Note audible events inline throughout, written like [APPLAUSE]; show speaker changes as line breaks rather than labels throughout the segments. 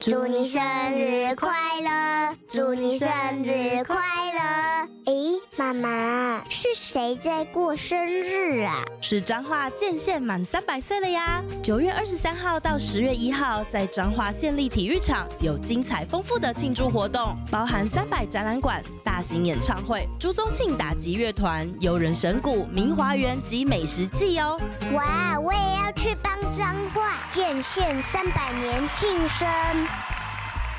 祝你生日快乐！祝你生日快乐！
咦，哎妈妈，是谁在过生日啊？
是彰化建县满三百岁了呀！九月二十三号到十月一号，在彰化县立体育场有精彩丰富的庆祝活动，包含三百展览馆、大型演唱会、朱宗庆打击乐团、游人神谷、明华园及美食季哦！
哇，我也要去帮彰化建县三百年庆生。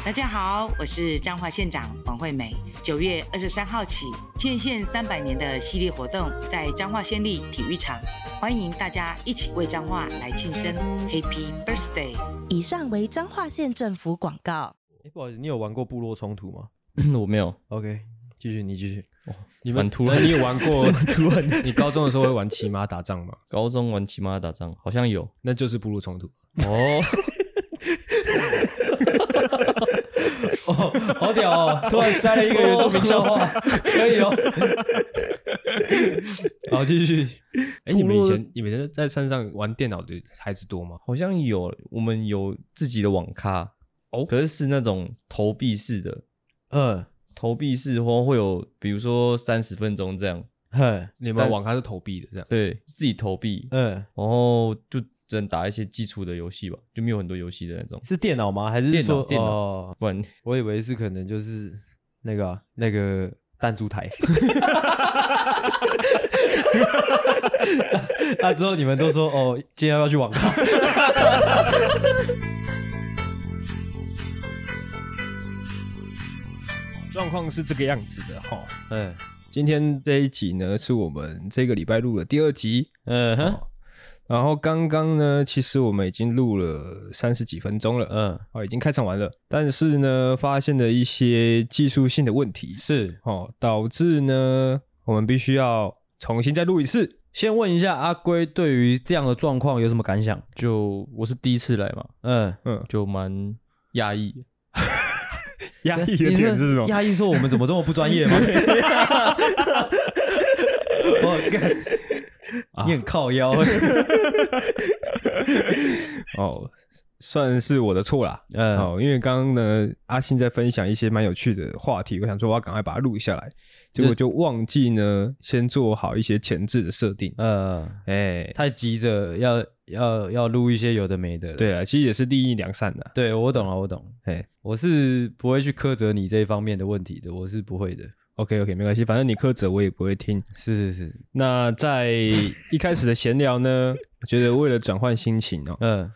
大家好，我是彰化县长黄惠美。九月二十三号起，建县三百年的系列活动在彰化县立体育场，欢迎大家一起为彰化来庆生，Happy Birthday！
以上为彰化县政府广告。
哎，不好意思，你有玩过部落冲突吗
[CLEARS THROAT] 我没有，
？OK，继续，你继续。你
蛮
们呃
突然？
你有玩 [LAUGHS] 过
突然
你高中的时候会玩骑马打仗吗？
高中玩骑马打仗，好像有
那就是部落冲突。
哦。
哦，好屌 [LAUGHS] 哦！突然塞了一个原住民笑话，可以哦。 [LAUGHS] 好，继续。哎，你们以前你们在山上玩电脑的孩子多吗？
好像有，我们有自己的网咖
哦
可是是那种投币式的，
嗯，
投币式或会有，比如说三十分钟这样，
哼，你们网咖是投币的这样。
对自己投币，
嗯，
然后就只能打一些基础的游戏吧，就没有很多游戏的那种，
是电脑吗？还是
电脑
说
电脑
哦
不然
我以为是可能就是那个啊、那个弹珠台。 [LAUGHS] 那、之后你们都说哦，今天要不要去网咖？
状况是这个样子的哈。
嗯
今天这一集呢，是我们这个礼拜录的第二集。哦
嗯哼
然后刚刚呢，其实我们已经录了三十几分钟了，
嗯，
哦，已经开场完了。但是呢，发现了一些技术性的问题，
是。
哦，导致呢，我们必须要重新再录一次。
先问一下阿龟对于这样的状况有什么感想？
就我是第一次来嘛，
嗯，
嗯，
就蛮讶异，
压
[LAUGHS] 压抑说我们怎么这么不专业 [LAUGHS] 吗？我干，你很靠腰。欸 [LAUGHS]
哦，算是我的错啦。
嗯，
哦，因为刚刚呢，阿信在分享一些蛮有趣的话题，我想说我要赶快把它录下来，结果就忘记呢，先做好一些前置的设定。
呃，
哎、
太急着要要要录一些有的没的了。
对啊，其实也是利益良善啊的、
对，我懂了，我懂。
哎
我是不会去苛责你这一方面的问题的，我是不会的。
OK OK，没关系，反正你苛责我也不会听。
是是是，
那在一开始的闲聊呢，我觉得为了转换心情哦，
嗯，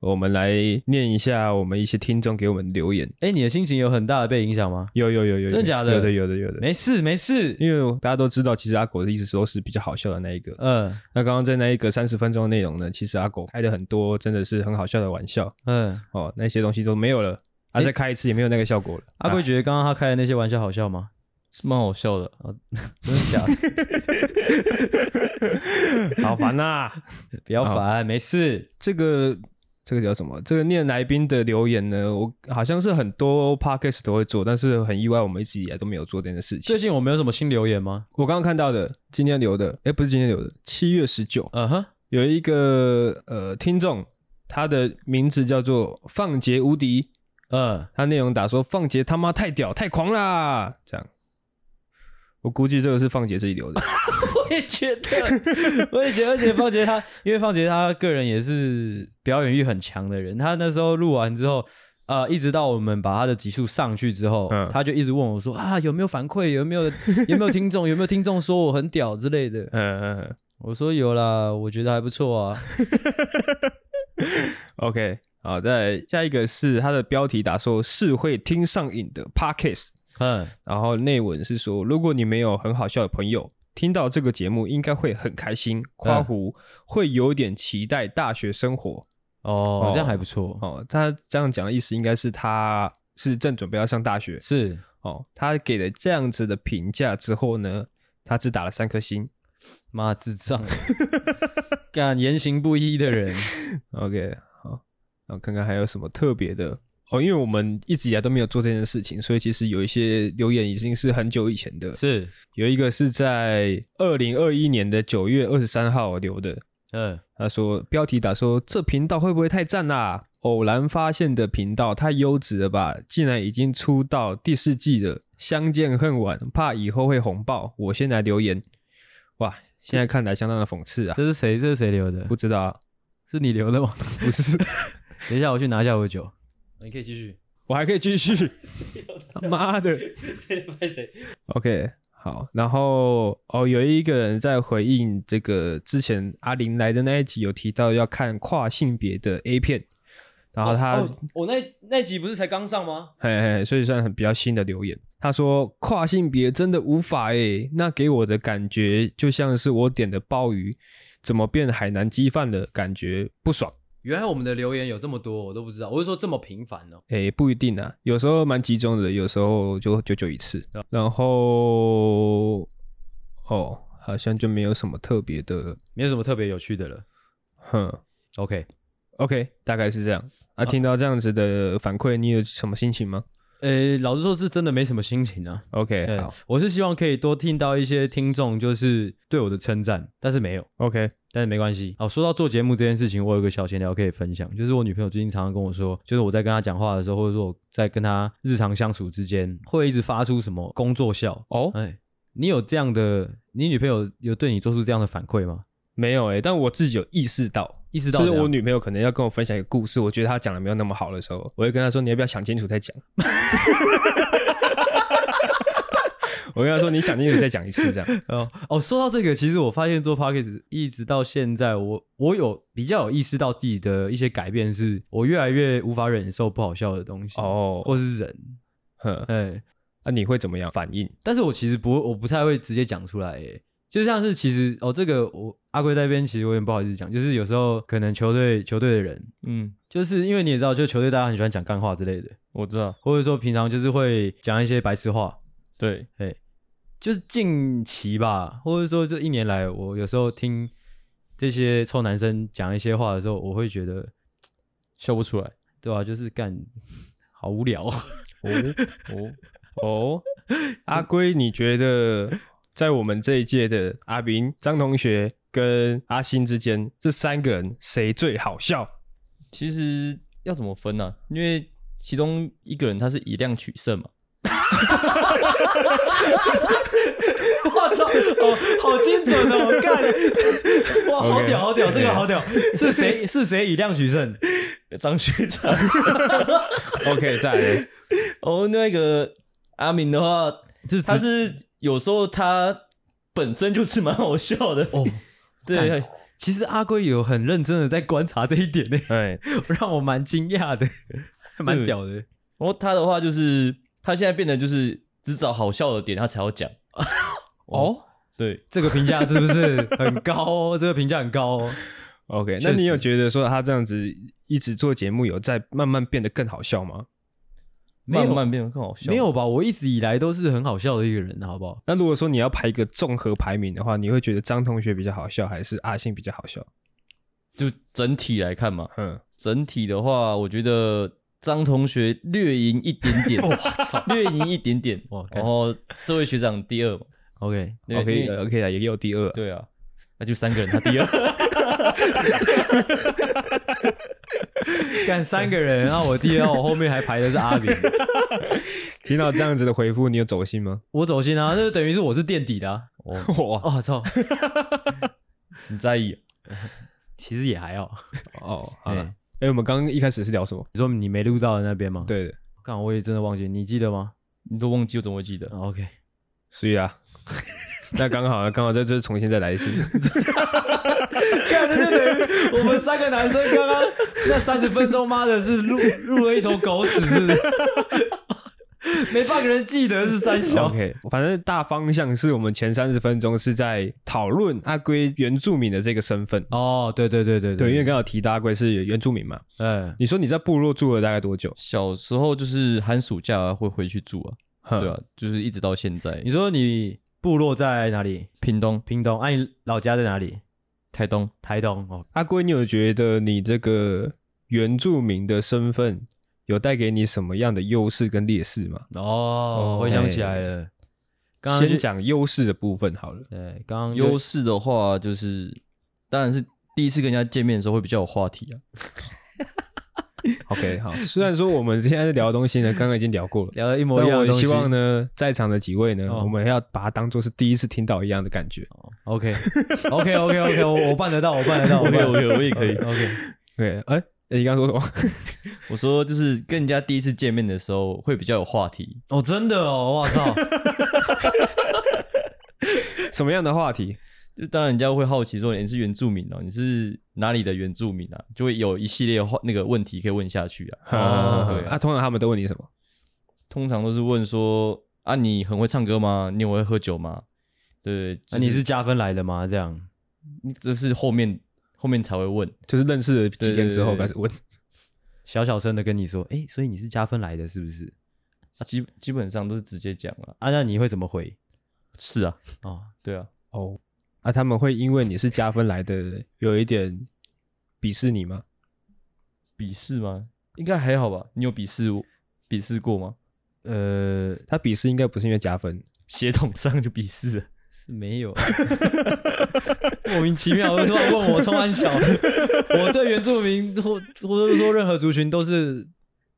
我们来念一下我们一些听众给我们留言。
哎、你的心情有很大的被影响吗？
有有有有有，
真的假的
有的有的有的。
没事没事，
因为大家都知道，其实阿狗的一直都是比较好笑的那一个。
嗯
那刚刚在那一个三十分钟的内容呢，其实阿狗开的很多真的是很好笑的玩笑
嗯，
哦，那些东西都没有了，他、
诶
再开一次也没有那个效果了。
阿贵觉得刚刚他开的那些玩笑好笑吗？哦
是蛮好笑的。
真的 [LAUGHS] 假的？
好烦呐、
不要烦，没事。
这个这个叫什么？这个念来宾的留言呢，我好像是很多 podcast 都会做，但是很意外，我们一直以来都没有做这件事情
最。近我们有什么新留言吗？
我刚刚看到的，今天留的，哎，不是今天留的，七月十九
嗯哼，
有一个呃听众，他的名字叫做放杰无敌，
嗯，
他内容打说放杰他妈太屌太狂啦，这样。我估计这个是放杰自己留的，
我也觉得，我也觉得，而且方杰他，因为方杰他个人也是表演欲很强的人，他那时候录完之后。呃，一直到我们把他的集数上去之后，
嗯
他就一直问我说啊，有没有反馈？有没有有没有听众？有没有听众说我很屌之类的？
[LAUGHS] 嗯嗯嗯
我说有啦，我觉得还不错啊。
，OK，好，再来下一个是他的标题打说是会听上瘾的 podcast，
嗯，
然后内文是说，如果你没有很好笑的朋友，听到这个节目应该会很开心，夸胡、会有点期待大学生活。
哦，这样还不错。
哦，他这样讲的意思应该是他是正准备要上大学
是
哦。他给了这样子的评价之后呢，他只打了三颗星。
妈智
[LAUGHS]
障，干言行不一的人。
OK，好，然后看看还有什么特别的哦，因为我们一直以来都没有做这件事情，所以其实有一些留言已经是很久以前的。
是，
有一个是在二零二一年的九月二十三号留的，
嗯，
他说标题打说这频道会不会太赞啦、偶然发现的频道，太优质了吧！竟然已经出到第四季了，相见恨晚，怕以后会红爆，我先来留言。哇，现在看来相当的讽刺啊！
这是谁？这是谁留的
不？知道啊，
是你留的吗？
不是， [LAUGHS]
等一下，我去拿一下我的
哦
酒。你可以继续。
我还可以继续。妈的！OK，好，然后哦，有一个人在回应这个之前阿玲来的那一集有提到要看跨性别的 A 片，然后他、
哦我那那集不是才刚上吗？
嘿嘿，所以算很比较新的留言。他说跨性别真的无法诶、那给我的感觉就像是我点的鲍鱼怎么变海南鸡饭的感觉不爽。
原来我们的留言有这么多，我都不知道。我是说这么频繁哦。
诶、不一定啊，有时候蛮集中的，有时候就久久一次。然后哦，好像就没有什么特别的了，
没有什么特别有趣的了。
哼。
OK，
OK，大概是这样啊。听到这样子的反馈，你有什么心情吗
呃，老实说，是真的没什么心情啊。
？OK，
对
好，
我是希望可以多听到一些听众就是对我的称赞，但是没有，
，OK，
但是没关系。哦，说到做节目这件事情，我有个小闲聊可以分享，就是我女朋友最近常常跟我说，就是我在跟她讲话的时候，或者说我在跟她日常相处之间，会一直发出什么工作笑。
哦，
哎，你有这样的，你女朋友有对你做出这样的反馈吗？
没有诶、欸但我自己有意识到，
意识到
就是
怎样
我女朋友可能要跟我分享一个故事，我觉得她讲的没有那么好的时候，我会跟她说：“你要不要想清楚再讲？” [LAUGHS] 我跟她说：“你想清楚再讲一次。”这样，
哦哦，说到这个，其实我发现做 podcast 一直到现在，我我有比较有意识到自己的一些改变是，我越来越无法忍受不好笑的东西
哦
或是人，
哼，
哎，
那、你会怎么样反应？
但是我其实不会，我不太会直接讲出来，哎，就像是其实哦，这个我阿贵在这边其实我有点不好意思讲，就是有时候可能球队球队的人，
嗯，
就是因为你也知道，就球队大家很喜欢讲干话之类的，
我知道，
或者说平常就是会讲一些白痴话，
对，
就是近期吧，或者说这一年来，我有时候听这些臭男生讲一些话的时候，我会觉得，
笑不出来。
对吧、就是干好无聊、哦。
哦哦，
哦，阿龟，你觉得在我们这一届的阿斌、张同学跟阿星之间，这三个人谁最好笑？
其实要怎么分呢、因为其中一个人他是以量取胜嘛，
我操，哦，好精准哦，我干，哇，
[LAUGHS]
好
OK，
屌，好屌，这个
OK
好屌，是谁是谁以量取胜？
张学长。
OK，再来嘞，
哦，那个阿明的话，
[LAUGHS] 是
他是有时候他本身就是蛮好笑
[LAUGHS]
的
哦。
对，
其实阿龟有很认真的在观察这一点呢，
哎，
[LAUGHS] 让我蛮惊讶的，还蛮屌的。
然后他的话就是，他现在变得就是只找好笑的点，他才要讲。
哦，
对，
这个评价是不是很高哦？这个评价很高哦。
OK，
确
那你有
实
觉得说他这样子一直做节目，有在慢慢变得更好笑吗？
没有
慢慢变得更好笑。
没有吧？我一直以来都是很好笑的一个人，好不好？
那如果说你要排一个综合排名的话，你会觉得张同学比较好笑，还是阿信比较好笑？
就整体来看嘛，
嗯，
整体的话，我觉得张同学略赢一点点，
[LAUGHS]
略赢一点点
哇。干
然后这位学长第二嘛，
OK，
对因为
OK 啦，也有第二
对啊，那就三个人，他第二。
[LAUGHS] 干三个人，然后我第二，我后面还排的是
[LAUGHS]
阿明，
听到这样子的回复，你有走心
[LAUGHS]
吗？
我走心啊，这等于是我是垫底的、啊。
哇，
哦操，
[LAUGHS] 你在意啊？
[LAUGHS] 其实也还好。
哦，好了，
哎
哎、，我们刚刚一开始是聊什么？
你说你没录到的那边吗？，
对的，
刚我也真的忘记，你记得吗、哦
你都忘记，我怎么会记得？
o k
所
[LAUGHS]
以啊，那刚好啊刚好在这重新再来一次。
[LAUGHS]
干，这就等于我们三个男生刚刚那三十分钟，妈的是录录了一头狗屎，是不 [LAUGHS] 是？没半个人记得是三
哦
小。
OK，反正大方向是我们前三十分钟是在讨论阿龟原住民的这个身份。
哦，对对对对
对，因为刚好提到阿龟是原住民嘛，
嗯，
你说你在部落住了大概多久？
小时候就是寒暑假、啊、会回去住啊，
哼
对啊，就是一直到现在
你。说你部落在哪里？
屏东、
屏东，啊，你老家在哪里？
台东，
台东哦，
阿龟，你有觉得你这个原住民的身份有带给你什么样的优势跟劣势吗？
哦，回想起来了，刚刚
先讲优势的部分好了。
对，刚刚
优
优
势的话就是，当然是第一次跟人家见面的时候会比较有话题啊。
OK，好。虽然说我们现在聊的东西呢，刚刚已经聊过
[LAUGHS]
了，
聊的一模
但
一样
我
的
也
东西。
希望呢，在场的几位呢，
哦
我们要把它当做是第一次听到一样的感觉。
[LAUGHS]
OK OK OK OK，我我办得到，我办得到。我办得到
OK，OK，我也可以
OK，
对，哎、你刚刚说什么？ [LAUGHS]
我说就是跟人家第一次见面的时候会比较有话题，
哦，真的哦，我操！
什么样的话题？
[LAUGHS] 就当然人家会好奇说你是原住民哦，你是哪里的原住民啊？就会有一系列话那个问题可以问下去啊。
[LAUGHS] 哦
啊，
对啊
啊，通常他们都问你什么？
通常都是问说啊，你很会唱歌吗？你很会喝酒吗？对，就
那啊你是加分来的吗？这样
这是后面后面才会问，
就是认识了几
对
天
对
之后
对
开始问。
小小声的跟你说，哎、所以你是加分来的，是不是？
基基本上都是直接讲啊。
啊，那你会怎么回？
是啊，
哦，
对啊，
哦，啊，他们会因为你是加分来的，有一点鄙视你吗？
笔试吗？应该还好吧？你有笔试笔试过吗？
呃，
他鄙视应该不是因为加分，
血统上就笔试了，
是
[LAUGHS]
没有啊，莫名其妙突然问我冲
[LAUGHS]
安小，我对原住民或或者说任何族群都是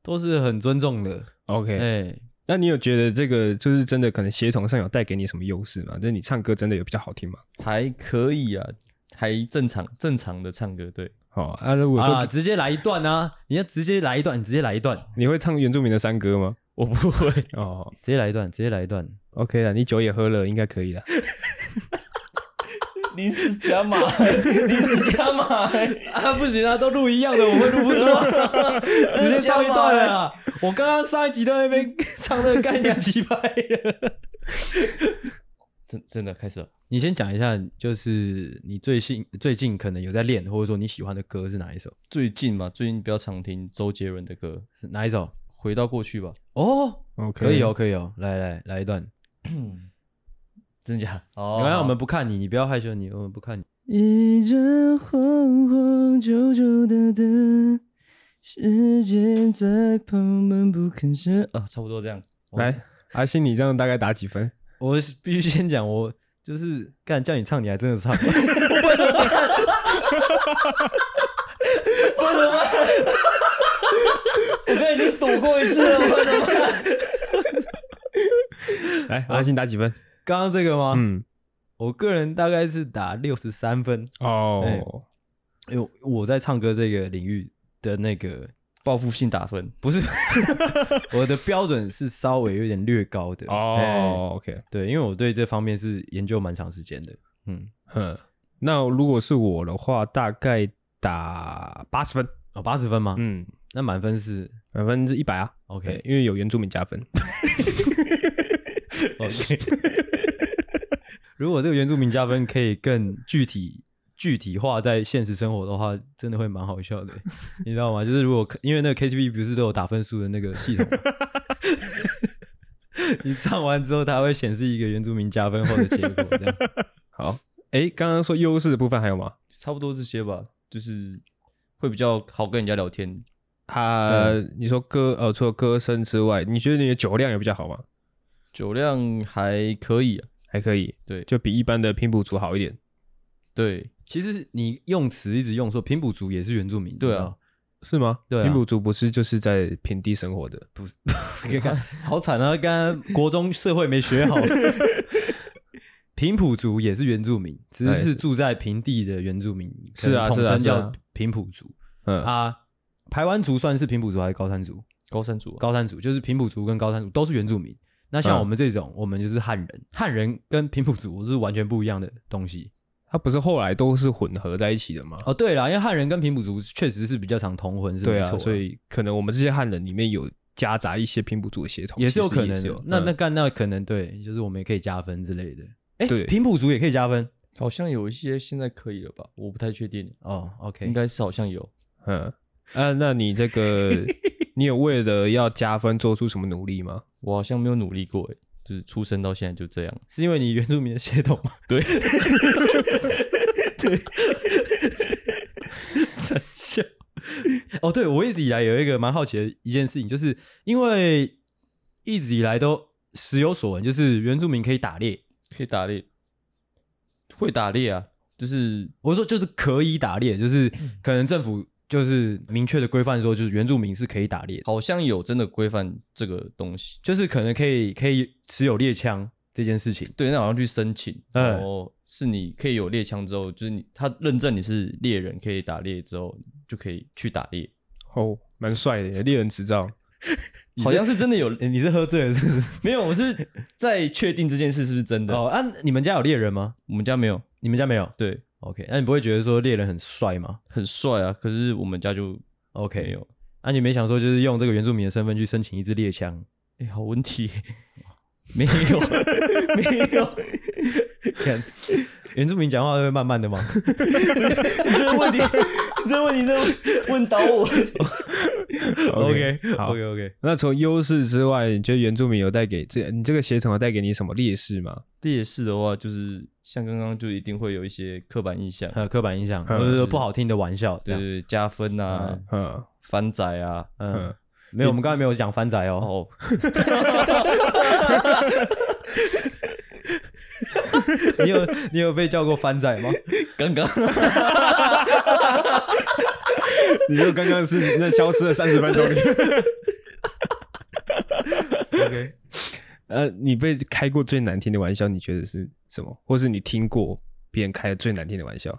都是很尊重的。
OK，、
哎、
那你有觉得这个就是真的可能协同上有带给你什么优势吗？就是你唱歌真的有比较好听吗？
还可以啊，还正常正常的唱歌，对，
哦，啊，如果
啊，
说
直接来一段啊！你要直接来一段，你直接来一段， [LAUGHS]
你会唱原住民的山歌吗？
我不会。
哦
直接来一段，直接来一段。
，OK 啦，你酒也喝了，应该
[LAUGHS]
可以啦。
临时加码，临时加码，
[LAUGHS] 啊，不行啊，都录一样的，我会录不出来， [LAUGHS] 直接唱一段了啊。我刚刚上一集在那边 [LAUGHS] 唱那个干娘击败 [LAUGHS] 了。
真真的开始了。
你先讲一下，就是你最近最近可能有在练，或者说你喜欢的歌是哪一首？
最近嘛，最近比较常听周杰伦的歌，
是哪一首？
回到过去吧。
哦，
OK，
可以哦，可以哦，来来来一段。
真假？哦
嗯原来我们不看你，你不要害羞，你我们不看你。
一盏晃晃旧旧的灯，时间在旁门不吭声。
哦
啊，差不多这样。
来，阿信，你这样大概打几 [LAUGHS] 分？
我是必须先讲，我就是干叫你唱，你还真的 [LAUGHS] 唱，
来，哎阿信打几分？
刚刚这个吗？
嗯，
我个人大概是打六十三分，哎
哦，
因为我在唱歌这个领域的那个
报复性打分，
不是 [LAUGHS] 我的标准是稍微有点略高的哎
哦，OK，
对，因为我对这方面是研究蛮长时间的，嗯，
哼，那如果是我的话，大概打八十分。
哦，八十分吗？
嗯，
那满分是
百分之一百啊。对
OK，
因为有原住民加分。
如果这个原住民加分可以更具体具体化在现实生活的话，真的会蛮
[LAUGHS]
好笑的，你知道吗？就是如果因为那个 KTV 不是都有打分数的那个
[LAUGHS]
系统吗，你唱完之后，它会显示一个原住民加分后的结果，这样。
好，哎，刚刚说优势的部分还有吗？
差不多这些吧，就是会比较好跟人家聊天。嗯
啊，你说歌呃，除了歌声之外，你觉得你的酒量也比较好吗？
酒量还可以、啊，
还可以，
对
就比一般的拼补族好一点。
对，
其实你用词一直用说平埔族也是原住民，
对啊
你知道吗，
是吗？
对啊
平埔族不是就是在平地生活的，
你看， [LAUGHS] 好惨啊！刚刚国中社会没学 [LAUGHS] 好。平埔族也是原住民，只是
哎
是住在平地的原住民，
是啊
可能统
是啊
称
是啊
叫平埔族
嗯，
啊。排湾族算是平埔族还是高山族？
高山族、啊、
高山族就是平埔族跟高山族都是原住民。那像
嗯
我们这种，我们就是汉人，汉人跟平埔族是完全不一样的东西。
它不是后来都是混合在一起的吗？
哦，对了，因为汉人跟平埔族确实是比较常同婚，是
对
没错
啊，
啦，
所以可能我们这些汉人里面有夹杂一些平埔族的血统，
也是有
其实
可能
是
的
有。
那
嗯
那干那可能对，就是我们也可以加分之类的。哎，
对
平埔族也可以加分
好像有一些现在可以了吧？我不太确定，
哦。OK，
应该是好像有。
嗯啊，那你这
[LAUGHS]
个你有为了要加分做出什么努力吗？
我好像没有努力过、欸，就是出生到现在就这样。
[LAUGHS] 是因为你原住民的血统
[LAUGHS]
吗？ [LAUGHS] 对，对，真笑。哦，对，我一直以来有一个蛮好奇的一件事情，就是因为一直以来都时有所闻，就是原住民可以打猎。
可以打猎，会打猎啊，就是
嗯
我说就是可以打猎，就是可能政府就是明确的规范说，就是原住民是可以打猎的，
好像有真的规范这个东西。
就是可能可以可以持有猎枪这件事情。
对，那好像去申请，
嗯
然后是你可以有猎枪之后，就是你他认证你是猎人，可以打猎之后就可以去打猎，
哦，蛮帅 [LAUGHS] 的，猎人执照。
好像是真的有。
诶你是喝醉了是不是？
[LAUGHS] 没有，我是在确定这件事是不是真的。
哦，啊，你们家有猎人吗？
我们家没有，
你们家没有
对，
？OK，那你不会觉得说猎人很帅吗
很帅啊，可是我们家就没
？OK，
有。
那、你没想说就是用这个原住民的身份去申请一支猎枪？
哎、好问题， [LAUGHS] 没
[LAUGHS]
有，没有。
看原住民讲话会慢慢
[LAUGHS]
的吗？
你这个问题，你这个问题，这个问倒我。
好
OK OK，
那除了优势之外，你觉得原住民有带给这你这个协同有带给你什么劣势吗？
劣势的话，就是像刚刚就一定会有一些刻板印象，
还有呃刻板印象，或者说不好听的玩笑，
对
对
对，对加分啊、
嗯，
翻仔啊，
嗯，没有，我们刚才没有讲番仔哦。 [LAUGHS]
哦，
你有你有被叫过番仔吗？
刚刚
你就刚刚是那消 [LAUGHS] 失了三十分钟里。
OK
呃，你被开过最难听的玩笑，你觉得是什么？或是你听过别人开的最难听的玩笑？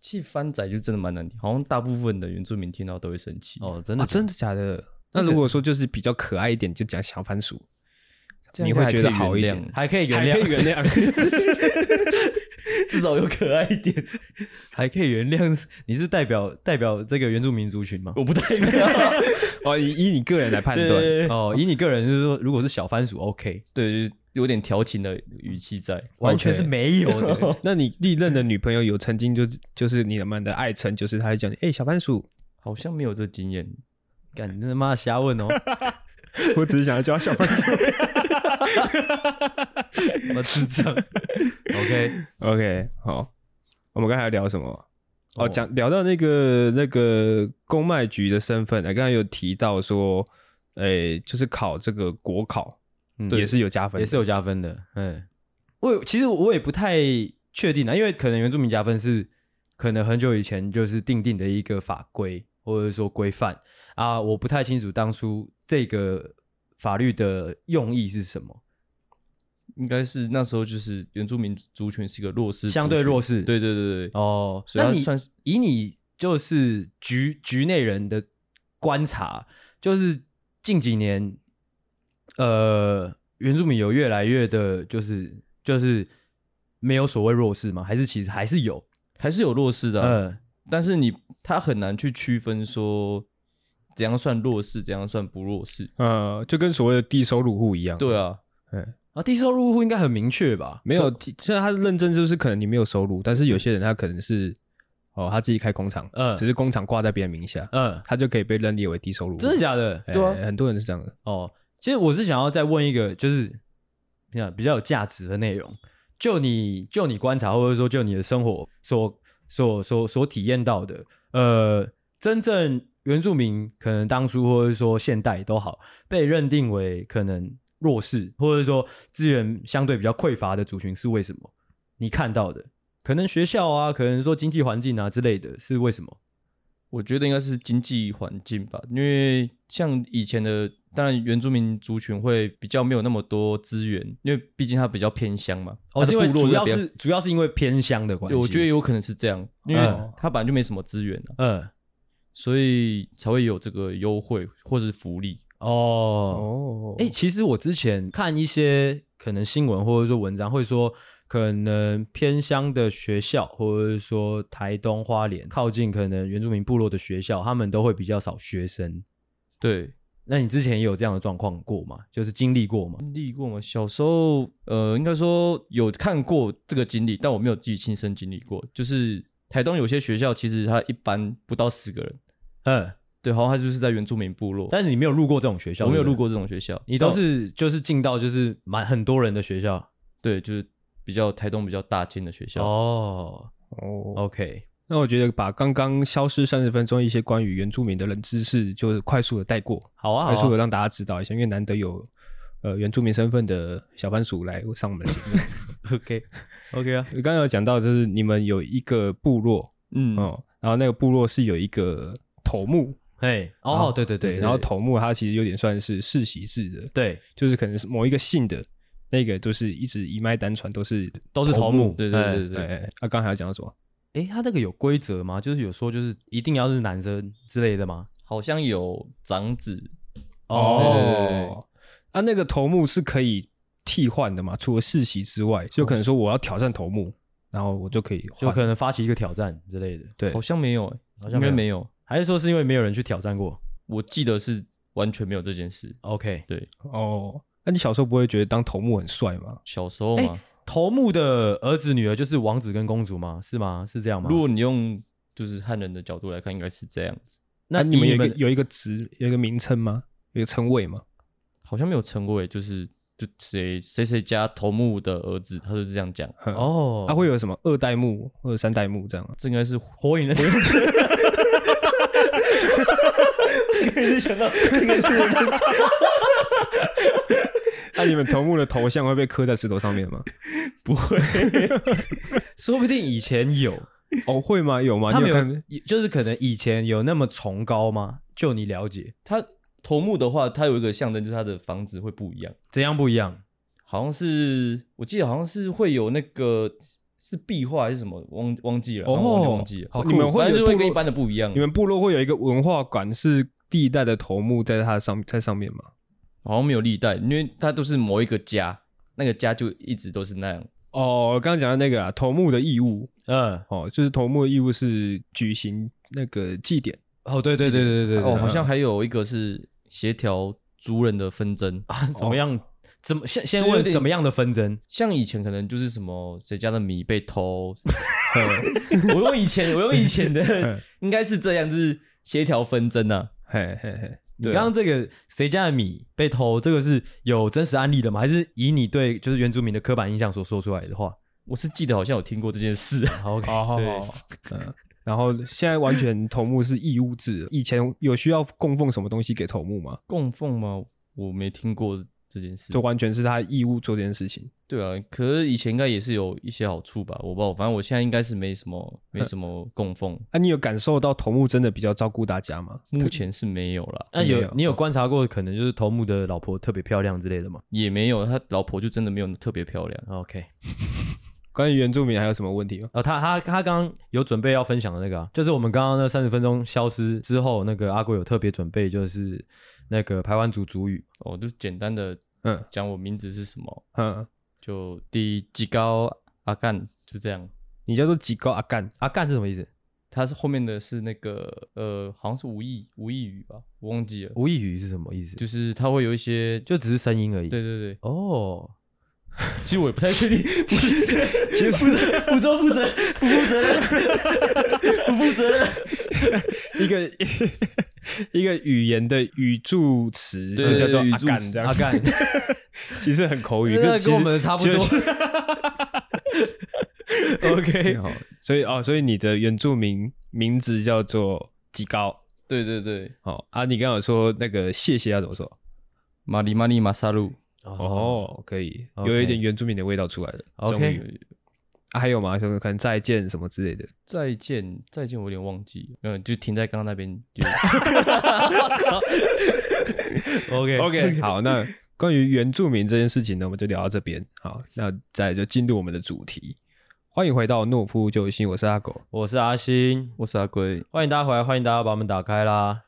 其实翻仔就真的蛮难听，好像大部分的原住民听到都会生气。
哦，真
啊，
的
真的假的？那如果说就是比较可爱一点，就讲小番薯，
这样
你
应该
会
还
觉
可
得
以
好一
原
点
谅。
还可以原
还可以
谅，
原
[LAUGHS]
谅，
至少有可爱一点。
还可以原谅。你是代表代表这个原住民族群吗？
我不代
[LAUGHS]
表，
哦，以以你个人来判
对
断，
对对
哦，以你个人就是说，如果是小番薯，OK，
对，就是有点调情的语气在。
完全是没有 [LAUGHS] 的。
那你历任的女朋友有曾经就就是你们的爱称，就是她会叫你，哎、小番薯，
好像没有这经验，
干，你真他妈的瞎
[LAUGHS]
问哦！
我只是想要叫她小番薯。
我智
[LAUGHS]
障。OK，
[LAUGHS] OK，好，我们刚才聊什么？哦，讲聊到那个那个公卖局的身份，哎，刚才有提到说，哎、就是考这个国考、嗯
对
也是有加分的，
也是有加分的。嗯，我其实我也不太确定啊，因为可能原住民加分是可能很久以前就是定定的一个法规或者说规范啊，我不太清楚当初这个法律的用意是什么。
应该是那时候就是原住民族群是一个弱势族群，
相对弱势
对对对对，
哦，
所以
那
它
你
算是
以你就是局局内人的观察，就是近几年，呃，原住民有越来越的，就是就是没有所谓弱势吗？还是其实还是有？
还是有弱势的啊、
嗯
但是你他很难去区分说怎样算弱势，怎样算不弱势。
嗯
呃，就跟所谓的低收入户一样，
对啊，
啊，低收入户应该很明确吧？
没有，现在他的认证就是可能你没有收入，但是有些人他可能是哦他自己开工厂，
嗯
只是工厂挂在别人名下，
嗯，
他就可以被认列为低收入户。
真的假的？
哎
对啊，
很多人是这样的。
哦，其实我是想要再问一个，就是比较比较有价值的内容。就你就你观察，或者说就你的生活所所所所体验到的，呃，真正原住民可能当初或者说现代都好，被认定为可能弱势，或者说资源相对比较匮乏的族群是为什么？你看到的，可能学
哦
校啊，可能说经济环境啊之类的，是为什么？
我觉得应该是经济环境吧，因为像以前的，当然原住民族群会比较没有那么多资源，因为毕竟它比较偏乡嘛。
哦，
它
是
的
因为
部落
主
在
要
比较
是主要是因为偏乡的关系。
对，我觉得，有可能是这样，因为
嗯
它本来就没什么资源啊，
嗯，
所以才会有这个优惠或是福利。
哦
哦
哎、其实我之前看一些可能新闻或者说文章，会说可能偏乡的学校，或者是说台东花莲靠近可能原住民部落的学校，他们都会比较少学生。
对，
那你之前也有这样的状况过吗？就是经历过吗？
经历过吗？小时候，呃，应该说有看过这个经历，但我没有自己亲身经历过。就是台东有些学校，其实它一般不到十个人，
嗯，
对，好像它就是在原住民部落。
但是你没有入过这种学校，
我没有
对不对
路，过这种学校，
你都
但我
是就是进到就是蛮很多人的学校。
对，就是比较台东比较大间的学校。
哦
哦，
，OK，
那我觉得把刚刚消失三十分钟一些关于原住民的冷知识，就是快速的带过，
好啊，
快
好
速的
啊，
让大家知道一下，因为难得有呃原住民身份的小番薯来上我们的节目。
[LAUGHS]
[LAUGHS]
OK 啊，
刚刚有讲到，就是你们有一个部落
嗯，
哦，然后那个部落是有一个头目。
嘿，
然后
哦，对对对，
然后
对
头目它其实有点算是世袭制的，
对
就是可能是某一个姓的那个，就是一直一脉单传，都是
都是头目，
对对对对
哎。哎，啊，刚才要讲到什么？
对，哎，他那个有规则吗？就是有说就是一定要是男生之类的吗？
好像有长子，对对对
哦，啊，那个头目是可以替换的嘛？除了世袭之外，就可能说我要挑战头目，然后哦我就可以
就
换。
可能发起一个挑战之类的，
对
好，像没有、欸，
好像
应
没有
该没有。
还是说是因为没有人去挑战过
我记得是完全没有这件事。
？OK，
哦，那你小时候不会觉得当头目很帅吗？
小时候嘛，
头目的儿子女儿就是王子跟公主吗？是吗？是这样吗？
如果你用就是汉人的角度来看，应该是这样子。
那
啊你们有
以
一个有一个职有一个名称吗？有一个称谓吗？
好像没有称谓，就是就谁谁谁家头目的儿子，他就是这
[LAUGHS]
样讲。
哼，
哦，
它、啊会有什么二代目或者三代目这样 [LAUGHS] 吗？
这应该是
火影忍
[LAUGHS]
者， [LAUGHS]
那、你们头目的头像会被刻在石头上面吗？ [LAUGHS]
说不定以前有，
哦，会吗？有吗？
他
你
们
有看
啊有，就是可能以前有那么崇高吗？就你了解，
他头目的话，他有一个象征，就是他的房子会不一样。
怎样不一样？
好像是我记得好像是会有那个是壁画还是什么，忘忘记了，
哦
然后我就忘记了。
好酷你们会
反正就
有部
会
落
跟一般的不一样
你。们部落会有一个文化馆，是历代的头目在它上在上面吗？
好像没有历代，因为它都是某一个家，那个家就一直都是那样。
哦，刚刚讲到那个啦，头目的义务
[LAUGHS]
嗯，
哦，就是头目的义务是举行那个祭典，嗯
哦，对对对对对对，
哦，好像还有一个是协调族人的纷争，
怎么样？怎么先先
就有
问
点
怎么样的纷争？
像以前可能就是什么谁家的米被 [LAUGHS] 偷，我用以前我用以前的应该是这样，就是协调纷争啊。
嘿嘿嘿，
你
对啊
刚刚这个谁家的米被偷，这个是有真实案例的吗？还是以你对就是原住民的刻板印象所说出来的话
我是记得好像有听过这件事
[LAUGHS]
啊，
好？OK，
哦，好
对，
好，嗯。然后现在完全头目是义务制，以前有需要供奉什么东西给头目吗？
供奉吗？我没听过这件事
就。完全是他义务做这件事情。
对啊，可是以前应该也是有一些好处吧，我不知道，反正我现在应该是没什么没什么供奉，
啊，你有感受到头目真的比较照顾大家吗？
目前是 [LAUGHS] 没有啦，
那
没
有
有
你有观察过可能就是头目的老婆特别漂亮之类的吗
也没有，他老婆就真的没有特别漂亮。
？OK，
关于原住民还有什么问题吗？
哦，他他他刚刚有准备要分享的那个、啊，就是我们刚刚那三十分钟消失之后，那个阿贵有特别准备，就是那个排湾族族语。
哦，就简单的
嗯
讲我名字是什么，
嗯，
就第几高阿干就这样。
你叫做几高阿干
阿干是什么意思？
他是后面的是那个呃，好像是无意无意语吧，我忘记了，
无意语是什么意思？就
就是他会有一些，
就只是声音而已。
对对对，
哦，
其实我也不太确
[LAUGHS]
定，其实
其实
不做负责，不负责任，不负责任。
一个 [LAUGHS] 一个语言的语助词
对
就叫做
对对
阿
语助
干
词
这
阿
样，
干，
其实很口语，
那
跟
跟
其
我
实
们的差不多
其
[LAUGHS]
实。
OK，
好所以哦，所以你的原住民名字叫做几高。
对对对，
哦啊，你刚刚有说那个谢谢要怎么说？
马里马里马萨路，
哦，可以，
OK
有一点原住民的味道出来了。
OK
终于啊还有吗？就是可能再见什么之类的。
再见再见，我有点忘记，嗯，就停在刚刚那边，就
，OK，
OK，好，那关于原住民这件事情呢，我们就聊到这边。好，那再来就进入我们的主题。欢迎回到懦夫救星，我是阿狗。
我是阿星，
我是阿龟，
欢迎大家回来，欢迎大家把门打开啦。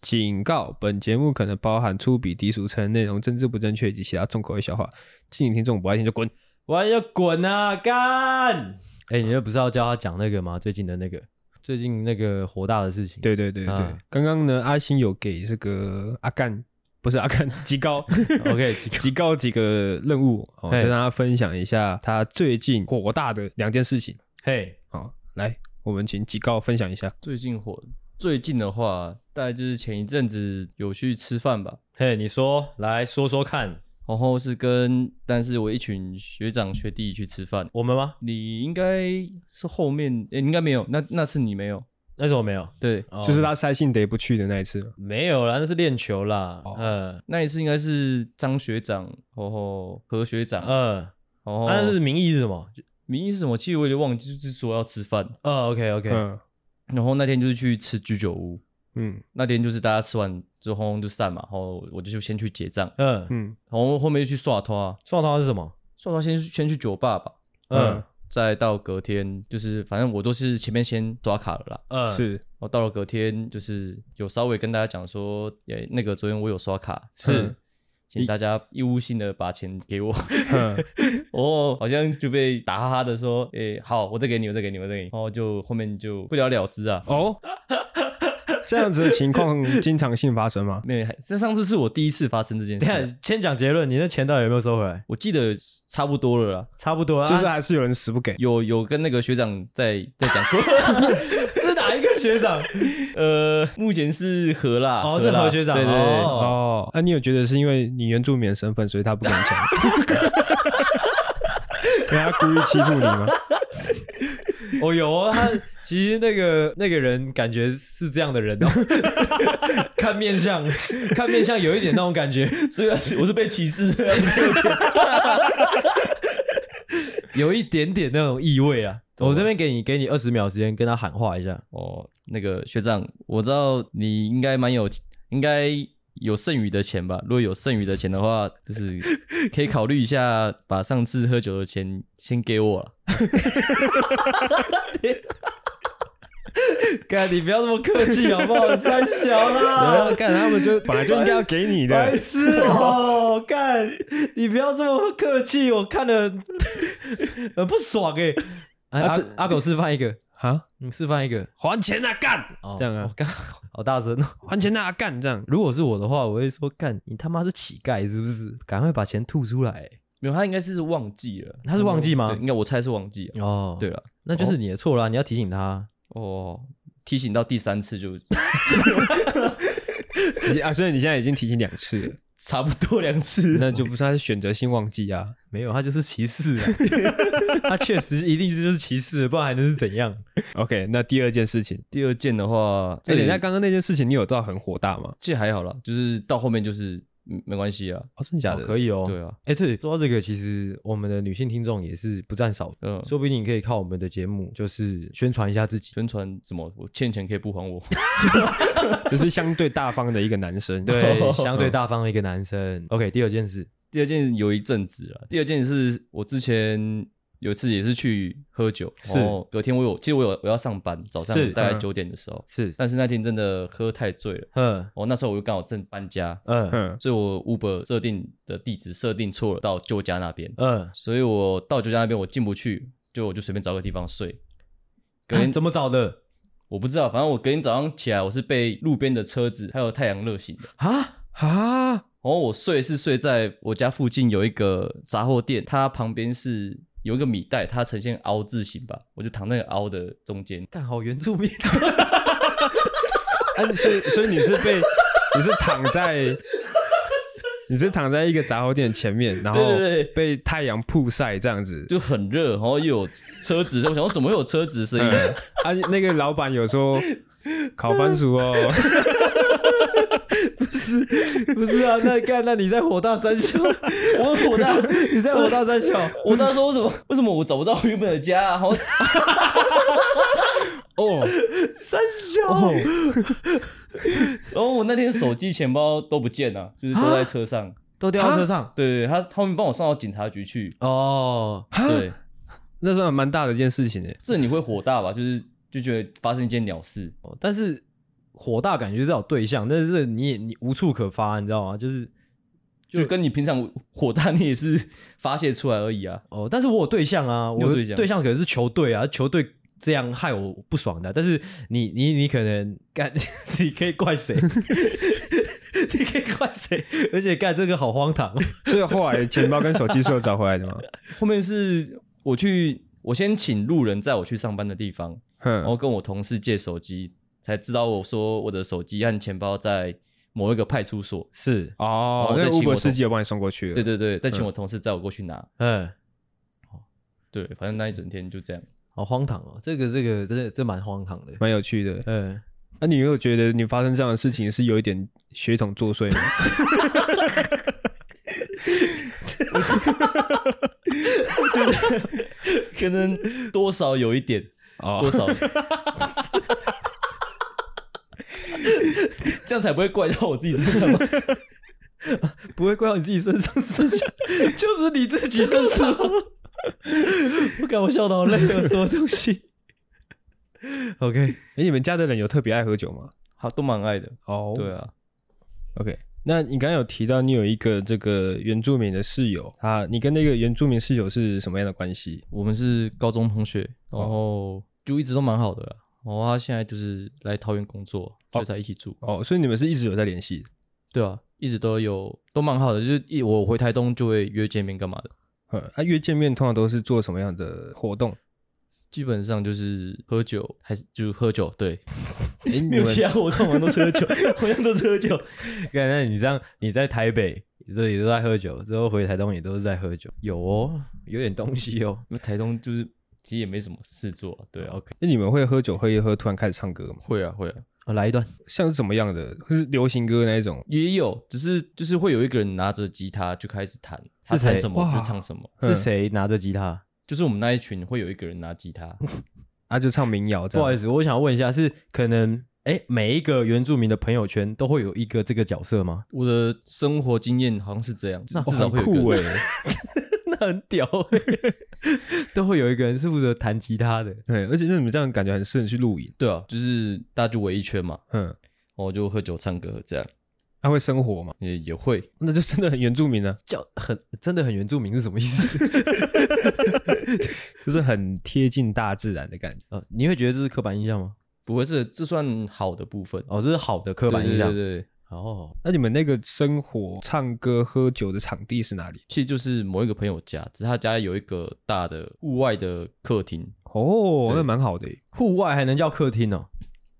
警告：本节目可能包含粗鄙、低俗、成人内容、政治不正确以及其他重口味笑话，敬请听众不爱听就滚。
我要滚啊，干！哎、你又不是要教他讲那个吗？最近的那个，最近那个火大的事情。
对对对对，
啊
刚刚呢，阿星有给这个阿干，不是阿干， [LAUGHS] 极高 [LAUGHS]
，OK，
极高几个任务，哦，
嘿
就让他分享一下他最近火大的两件事情。
嘿，
好，来，我们请极高分享一下。
哦
最近火，最近的话，大概就是前一阵子有去吃饭吧，
嘿，你说，来说说看，
然后是跟，但是我一群学长学弟去吃饭，
我们吗？
你应该是后面，诶、应该没有，那那次你没有，
那时候没有，
对，
哦
就是他塞信得不去的那一次吗，
没有啦，那是练球啦。嗯
那一次应该是张学长，然后何学长，然
嗯，
后
那是名义是什么？就
名义是什么？其实我有点忘记，就是说要吃饭，
呃，OK OK，
嗯
然后那天就是去吃居酒屋，
嗯
那天就是大家吃完之后轰轰就散嘛，然后我就先去结账，
嗯，
嗯
然后后面就去刷拖啊，
双桃是什么？
刷拖先去先去酒吧吧，
嗯
再到隔天就是反正我都是前面先刷卡了啦，
嗯，
是
然后到了隔天就是有稍微跟大家讲说，诶、那个昨天我有刷卡，
是
嗯请大家义务性的把钱
[LAUGHS]
给我，
嗯
哦， [LAUGHS] 好像就被打哈哈的说，诶、好，我再给你，我再给你，我再给你，然后就后面就不了了之啊。
哦， [LAUGHS] 这样子的情况经常性发生吗？
那还这上次是我第一次发生这件
你
事
看
啊，，
哎先讲结论，你那钱到底有没有收回来？
我记得差不多了啦，
差不 [LAUGHS] 多啊，
就是还是有人死不给，
有有跟那个学长在在讲过，
[LAUGHS] 是哪一个学长？
[LAUGHS] 呃，目前是何啦，
哦，是
啦
何学长。
对对对，
哦
哦，那、你有觉得是因为你原住民的身份，所以他不敢讲？人家故意欺负你吗？
[LAUGHS] 哦，有哦，他其实那个那个人感觉是这样的人哦，哦 [LAUGHS] 看面相，看面相有一点那种感觉，
所以我是被歧视的。
有一点点那种意味啊。我这边给你给你二十秒时间跟他喊话一下，
哦，那个学长，我知道你应该蛮有，应该有剩余的钱吧？如果有剩余的钱的话，就是可以考虑一下，把上次喝酒的钱先给我了。
干你不要那么客气好不好？三小啦，
然后 [LAUGHS] 干他们就本来就应该要给你的
啊白，痴哦，干你不要这么客气，我看了 [LAUGHS] 很不爽哎、哎
啊
阿
这
阿狗示范一个，
啊，
你示范一个，
还钱啊，干！
哦
这样啊
我刚、 [LAUGHS] 好大声哦。
还钱啊，干！这样
如果是我的话，我会说：“干，你他妈是乞丐是不是？赶快把钱吐出来
没有，他应该是忘记了，
他是忘记吗
对应该我猜是忘记了！”。
哦
对，了，
那就是你的错啦，你要提醒他。
哦，提醒到第三次就 [LAUGHS]
啊，所以你现在已经提醒两次了，
差不多两
[LAUGHS]
次。
那就不是他是选择性忘记啊。
没有，他就是歧视 [LAUGHS] 啊，他确实一定是就是歧视，不然还能是怎样？
OK，那第二件事情，
第二件的
哦
话，
哎、
这里
人家刚刚那件事情，你有到很火大吗？
这还好啦，就是到后面就是嗯没关系啊。
哦，真的假的？
哦可以哦。
对啊，
哎，对，说到这个，其实我们的女性听众也是不占少的，
嗯
说不定你可以靠我们的节目，就是宣传一下自己。
宣传什么？我欠钱可以不还我？
就是相对大方的一个男
[LAUGHS]
生。 [LAUGHS]
对，相对大方的一个男生。OK，第二件事，
第二件有一阵子了，第二件是我之前有一次也是去喝酒，
是
然后隔天我有，其实我有我要上班，早上
是
大概
嗯
九点的时候，
是，
但是那天真的喝太醉了，
嗯
哦，那时候我又刚好正搬家，
嗯
嗯，
所以我 Uber 设定的地址设定错了，到舅家那边，
嗯，
所以我到舅家那边我进不去，就我就随便找个地方睡。隔
看
天
啊怎么找的
我不知道，反正我隔天早上起来，我是被路边的车子还有太阳热醒的。
啊？
啊，
然哦后我睡是睡在我家附近有一个杂货店，它旁边是有一个米袋，它呈现凹字形吧，我就躺在那个凹的中间。
干好原住民。
啊，你所以所以你是被你是躺在你是躺在一个杂货店前面，然后
对对对
被太阳曝晒这样子。
就很热，然后又有车子声，我想说怎么会有车子声音？
嗯啊， [LAUGHS] 那个老板有说烤番薯哦， [LAUGHS]
不是 [LAUGHS] 啊，那干，那你在火大三小， [LAUGHS] 我火大，你在火大三 [LAUGHS] 小，
我那时候为什么为什么我找不到原本的家、啊？然后
哦，
哦
三小，
然后我那天手机、钱包都不见了、啊就是都在车上。
都掉到车上
对对，对他他后面帮我送到警察局去。
哦。
对，
那算蛮大的一件事情诶。
这你会火大吧？就是就觉得发生一件鸟事。
但是火大感觉是有对象，但是你也你无处可发，你知道吗？就是
就跟你平常火大，你也是发泄出来而已啊。
哦，但是我有对象啊，
你有
我
对象
对象可能是球队啊，球队这样害我不爽的啊。但是你你你可能干， [LAUGHS] 你可以怪谁？ [LAUGHS] 你可以怪谁？ [LAUGHS] 而且干这个好荒唐哦。
所以后来钱包跟手机是有找回来的
[LAUGHS]
吗？
后面是我去，我先请路人载我去上班的地方，然后
哼，
跟我同事借手机，才知道我说我的手机和钱包在某一个派出所。
是，
哦
哦，
那
对请
Uber
我
司机有帮你送过去了。
对对对，再请我同事载我过去拿。
嗯，
对，反正那一整天就这样。
好荒唐哦，这个这个真的这蛮荒唐的。
蛮有趣的。
嗯，
那、你有觉得你发生这样的事情是有一点血统作祟
[LAUGHS]
吗？
[LAUGHS] 可能多哦 [LAUGHS] 少有一点，
哦
多，少。这样才不会怪到我自己身上嘛。
[LAUGHS] 不会怪到你自己身上，
[LAUGHS]
剩下就是你自己身上。 [LAUGHS] 不敢，我笑得好累啊，什么东西？ [LAUGHS]
OK，
哎，你们家的人有特别爱喝酒吗？
好，都蛮爱的。
哦
对啊，
OK，那你刚刚有提到你有一个这个原住民的室友啊，你跟那个原住民室友是什么样的关系？
我们是高中同学，
哦
然后就一直都蛮好的
[LAUGHS]
啦。然后哦他现在就是来桃园工作，所以才一起住。
哦，所以你们是一直有在联系的。
对啊，一直都有，都蛮好的。就是一我回台东就会约见面干嘛的，
呃，啊，约见面通常都是做什么样的活
[LAUGHS]
动？
基本上就是喝酒，还是就喝酒。对，
哎、你
没有
们
其他活动，好像都是喝酒，好像都是喝酒。刚才你这样，你在台北这里都在喝酒，之后回台东也都是在喝酒，有哦，有点东西哦。
那台东就是其实也没什么事做啊、对啊，OK，
那你们会喝酒喝一喝，突然开始唱歌吗？
会啊会啊，
哦来一段，
像是怎么样的？是流行歌那一种？
也有，只是就是会有一个人拿着吉他就开始弹，他
是谁
弹什么
哇
就唱什么。
是谁拿着吉他？
就是我们那一群会有一个人拿吉他，
啊，就唱民谣这
不好
样。
意思，我想问一下，是可能哎，每一个原住民的朋友圈都会有一个这个角色
[LAUGHS]
吗？
我的生活经验好像是这样，至
哦
少
很
会有一
酷
个
哎、
人。
欸那很屌、欸， [LAUGHS] 都会有一个人是负责弹吉他的。
对，而且那你们这样感觉很适合去露营。
[LAUGHS] 对啊，就是大家就围一圈嘛，
嗯，
然后就喝酒唱歌这样，
他、会生活嘛？
也也会。
那就真的很原住民啊，
叫很真的很原住民是什么意思？
[LAUGHS] 就是很贴近大自然的感觉。
呃，你会觉得这是刻板印象吗？
不过这这算好的部分，
哦，这是好的刻
对
板印象。
对对对，
哦，
那你们那个生活、唱歌、喝酒的场地是哪里？
其实就是某一个朋友家，只是他家有一个大的户外的客厅，
哦，那蛮好的耶，
户外还能叫客厅哦？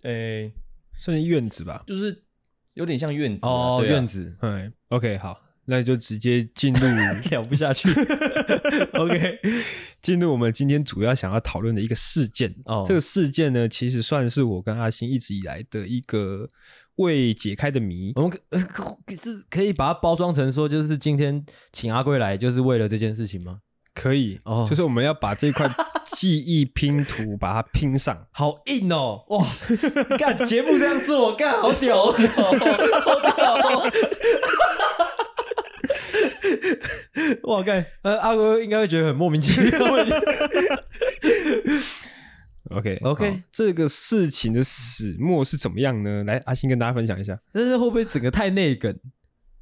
诶、
算是院子吧。
就是有点像院子、啊、
哦，
对啊
院子
[LAUGHS] 嗯，OK，好，那就直接进入
聊不下去。OK，
进入我们今天主要想要讨论的一个事件。
哦
这个事件呢，其实算是我跟阿星一直以来的一个未解开的谜。
我们可呃可可是可以把它包装成说，就是今天请阿贵来，就是为了这件事情吗？
可以，
哦
就是我们要把
[LAUGHS]
这块记忆拼图把它拼上。
好硬哦，哇，
干节目这样做，干好屌，好屌，好屌！
[LAUGHS]
哇，看，呃，阿贵应该会觉得很莫名其妙。
OK
OK
好这个事情的始末是怎么样呢？来，阿星跟大家分享一下。
但是会不会整个太内梗？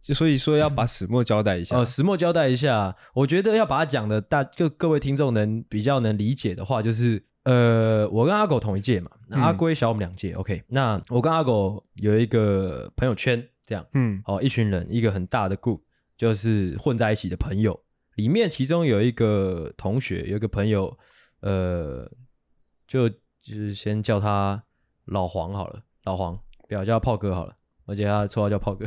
就所以说要把始末交代一下。
呃，石墨交代一下，我觉得要把它讲的大，就各位听众能比较能理解的话，就是呃，我跟阿狗同一届嘛，那
嗯
阿龟小我们两届、o k 那我跟阿狗有一个朋友圈，这样，
嗯，
哦，一群人，一个很大的 group，就是混在一起的朋友，里面其中有一个同学，有一个朋友，呃，就就是先叫他老黄好了，老黄，不要叫他炮哥好了，而且他的绰号叫炮哥。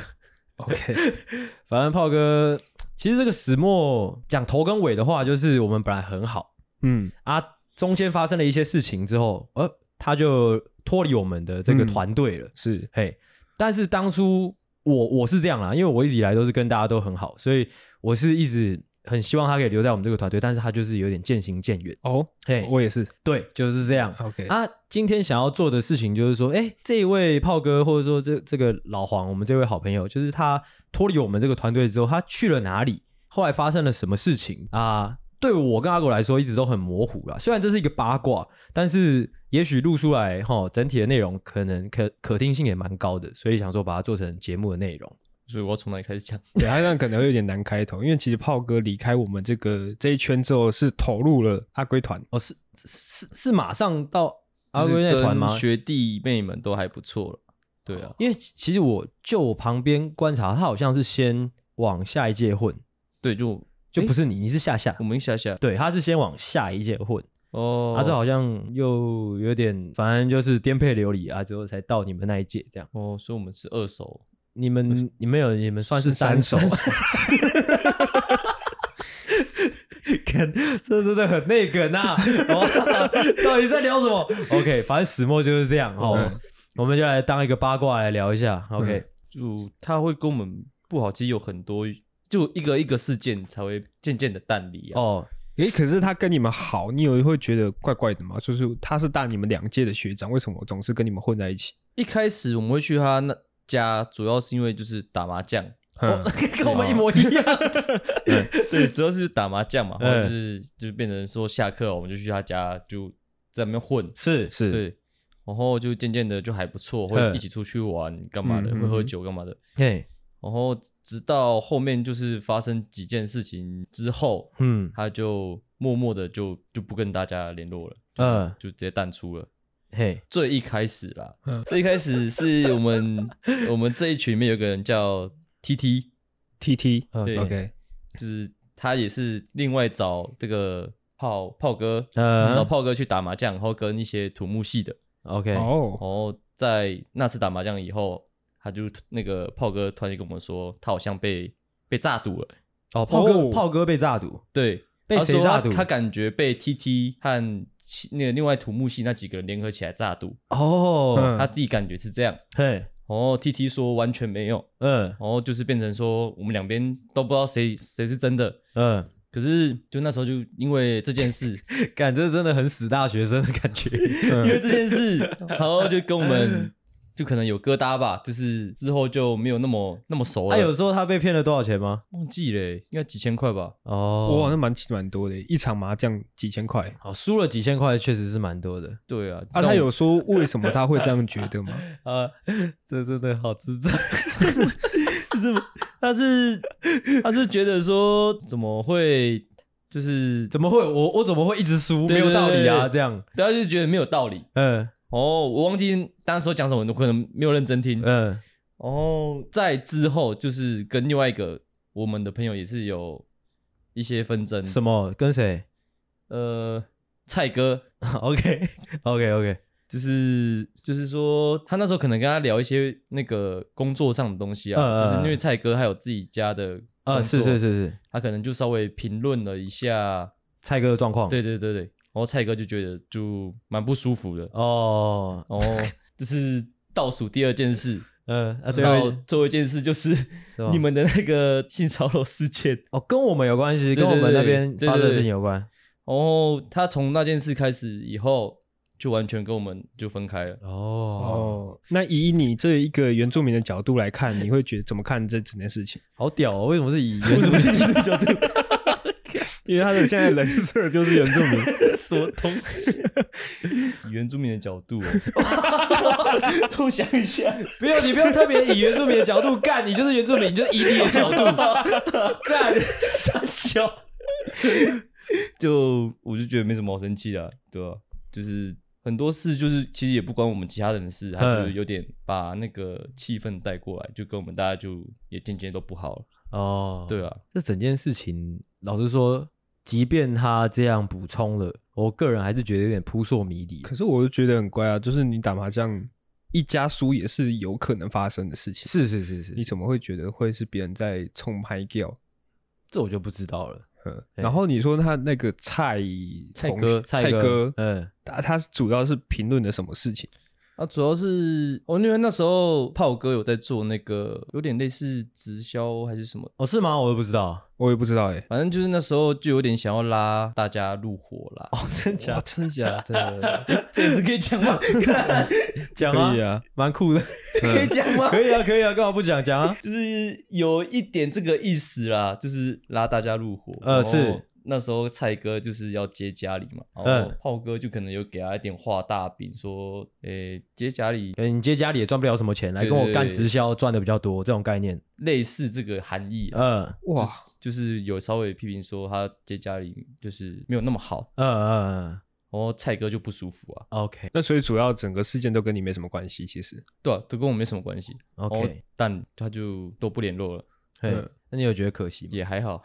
OK，
[LAUGHS] 反正炮哥，其实这个始末讲头跟尾的话，就是我们本来很好
嗯，
啊，中间发生了一些事情之后，呃，他就脱离我们的这个
嗯
团队了。
是，
嘿，但是当初我我是这样啦，因为我一直以来都是跟大家都很好，所以我是一直很希望他可以留在我们这个团队，但是他就是有点渐行渐远。
哦，
嘿，
我也是。
对，就是这样。
OK，
啊，今天想要做的事情就是说，哎，这一位炮哥，或者说这这个老黄，我们这位好朋友，就是他脱离我们这个团队之后，他去了哪里？后来发生了什么事情啊？对我跟阿狗来说，一直都很模糊啦。虽然这是一个八卦，但是也许录出来哈，吼整体的内容可能可可听性也蛮高的，所以想说把它做成节目的内容。
所以我要从哪里开始讲？
对，他这样可能会有点难开头，因为其实炮哥离开我们这个这一圈之后，是投入了阿龟团。
哦，是是是是马上到阿
就
龟
是
那团
跟
吗？哦
学弟妹们都还不错了，对啊，
因为其其实我就我旁边观察，他好像是先往下一届混，
对，就
就不是你，你是下下
我。们一下下
对，他是先往下一届混，
哦，
啊，这好像又有点，反正就是颠沛流离啊，之后才到你们那一届这样。
哦，所以我们是二手，
你们你们有你们算是
是三
手， [LAUGHS] 看这真的很内梗啊！哦、 [LAUGHS] 到底在聊什么？OK，反正始末就是这样哦。
嗯
我们就来当一个八卦来聊一下。OK，、
嗯就他会跟我们不好，其实有很多，就一个一个事件才会渐渐的淡离啊。
哦，
诶，可是他跟你们好，你有会觉得怪怪的吗？就是他是大你们两届的学长，为什么总是跟你们混在一起？
一开始我们会去他那加，主要是因为就是打麻将，
嗯，
跟我们一模一样。
啊
[LAUGHS]
对，主要是打麻将嘛，然后
嗯
就是就变成说下课我们就去他家，就在那边混，
是
是，
对，然后就渐渐的就还不错，会
嗯
一起出去玩干嘛的，
嗯
会喝
嗯
酒干嘛的，
嘿，
然后直到后面就是发生几件事情之后，
嗯
他就默默的就就不跟大家联络了，
嗯，
就直接淡出了。
嘿，
最一开始啦
嗯，
最一开始是
[LAUGHS]
我们我们这一群里面有个人叫 T T，
，T T，
对
OK，
就是他也是另外找这个炮炮哥，
嗯
找炮哥去打麻将，然后跟一些土木系的，
，OK，
然
哦，
后在那次打麻将以后，他就那个炮哥突然就跟我们说，他好像被被炸赌了，
哦，炮哥，
哦
炮哥被炸赌，
对，
被
他
谁
说
炸
他
赌
他感觉被 T T 和其那个另外土木系那几个人联合起来炸赌，
哦，
嗯
他自己感觉是这样，
嘿，
然后 T T 说完全没有。
嗯
然后就是变成说我们两边都不知道谁谁是真的。
嗯，
可是就那时候就因为这件
[LAUGHS]
事，
感这真的很死大学生的感
[LAUGHS]
觉。
因为这件事， [LAUGHS] 然后就跟
[LAUGHS]
我们就可能有疙瘩吧，就是之后就没有那么那么熟
他
了。
啊有说他被骗了多少钱吗？
忘记了，欸应该几千块吧？
哦，
哇，那蛮蛮多的，一场麻将几千块
哦，输了几千块，确实是蛮多的。
对啊，
啊。
但我
他有说为什么他会这样觉得吗？
啊， [LAUGHS] 这真的好智
[LAUGHS]
障。
他是他是觉得说怎么会就是
怎么会？我我怎么会一直输？
对
没有道理
对对
啊，
对
这样。
对他就觉得没有道理。
嗯
哦，我忘记当时候讲什么，我可能没有认真听。
嗯
哦，在之后就是跟另外一个我们的朋友也是有一些纷争，
什么？跟谁
嗯
[LAUGHS]
呃，蔡哥
？OK OK
[LAUGHS]
OK
就是就是说他那时候可能跟他聊一些那个工作上的东西啊，
嗯嗯
就是因为
嗯
蔡哥还有自己家的
啊，
工
是
作
是是，是，
他可能就稍微评论了一下，
蔡哥的状况。
对对对对，然后蔡哥就觉得就蛮不舒服的，
哦，
[LAUGHS] 然后这是倒数第二件事，
嗯，那最
然后
后
啊最后一件事就是
是吗
[LAUGHS] 你们的那个性骚扰事件。 [LAUGHS]
哦，跟我们有关系，
对
跟我们
对
那边
对
发生的
对
事情有关。
然后哦他从那件事开始以后，就完全跟我们就分开了。
哦，
[LAUGHS] 哦，那以你这一个原住民的角度来看，你会觉得怎么看这整件事情？
好屌哦！为什么是以原住民的角度？
因为他的现在人设就是原住民，
什么东西？以 [LAUGHS] 原住民的角度、哦我想一下，
不用，你不用特别以原住民的角度干，你就是原住民，你就是以你的角度干。傻笑。
[LAUGHS] 就我就觉得没什么好生气的啊、对吧、就是很多事，就是其实也不关我们其他人的事，他就是有点把那个气氛带过来，就跟我们大家就也渐渐都不好了。
哦，
对啊，
这整件事情，老实说，即便他这样补充了，我个人还是觉得有点扑朔迷离。
[LAUGHS] 可是我就觉得很乖啊，就是你打麻将一家输也是有可能发生的事情。
是是是是，
你怎么会觉得会是别人在冲拍掉？
这我就不知道了。
嗯，然后你说他那个蔡
蔡
同
哥
学蔡哥，
嗯，
他他主要是评论的什么事情？
啊，主要是哦，因为那时候炮哥有在做那个有点类似直销还是什么
哦，是吗？我都不知道。
我也不知道哎、
反正就是那时候就有点想要拉大家入伙啦。 [LAUGHS]
哦，真假
哇，真的假的？
这这可以讲吗？讲
可
啊
以，啊，
蛮酷的，可以讲吗？ [LAUGHS] 可以啊，可以啊，干嘛不讲？讲啊。
[LAUGHS] 就是有一点这个意思啦，就是拉大家入伙。
呃
然后
是
那时候蔡哥就是要接家里嘛，然后
嗯
炮哥就可能有给他一点画大饼，说，诶、接家里
对哎你接家里也赚不了什么钱，来
对
跟我
对
干
对
直销赚的比较多，这种概念。
类似这个含义啊。
嗯
哇，
就是有稍微批评说他接家里就是没有那么好，
嗯嗯嗯
然后蔡哥就不舒服啊，
，OK
那所以主要整个事件都跟你没什么关系，其实。
对啊，都跟我没什么关系。然后
OK。
哦但他就都不联络了，
嘿
嗯，
那你有觉得可惜吗？
也还好。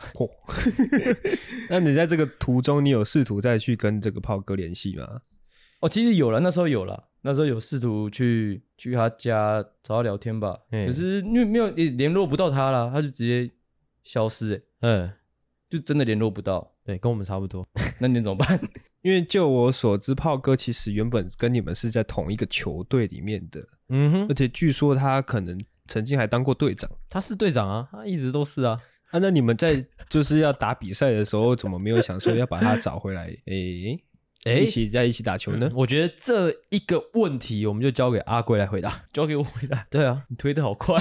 那你在这个途中，你有试图再去跟这个炮哥联系吗？
[LAUGHS] 哦，其实有了，那时候有了，那时候有试图去去他家找他聊天吧，
嗯
可是因为没有也联络不到他啦，他就直接消失、欸，
嗯，
就真的联络不到，
对，跟我们差不多。
那你怎么办？ [LAUGHS]
因为就我所知，炮哥其实原本跟你们是在同一个球队里面的，
嗯哼
而，且据说他可能曾经还当过队长。
他是队长啊，他一直都是啊。
啊，那你们在就是要打比赛的时候，怎么没有想说要把他找回来？诶、
哎
一起在一起打球呢？
嗯我觉得这一个问题，我们就交给阿贵来回答。 [LAUGHS]
交给我回答。
对啊，
你推的好
[LAUGHS]
快，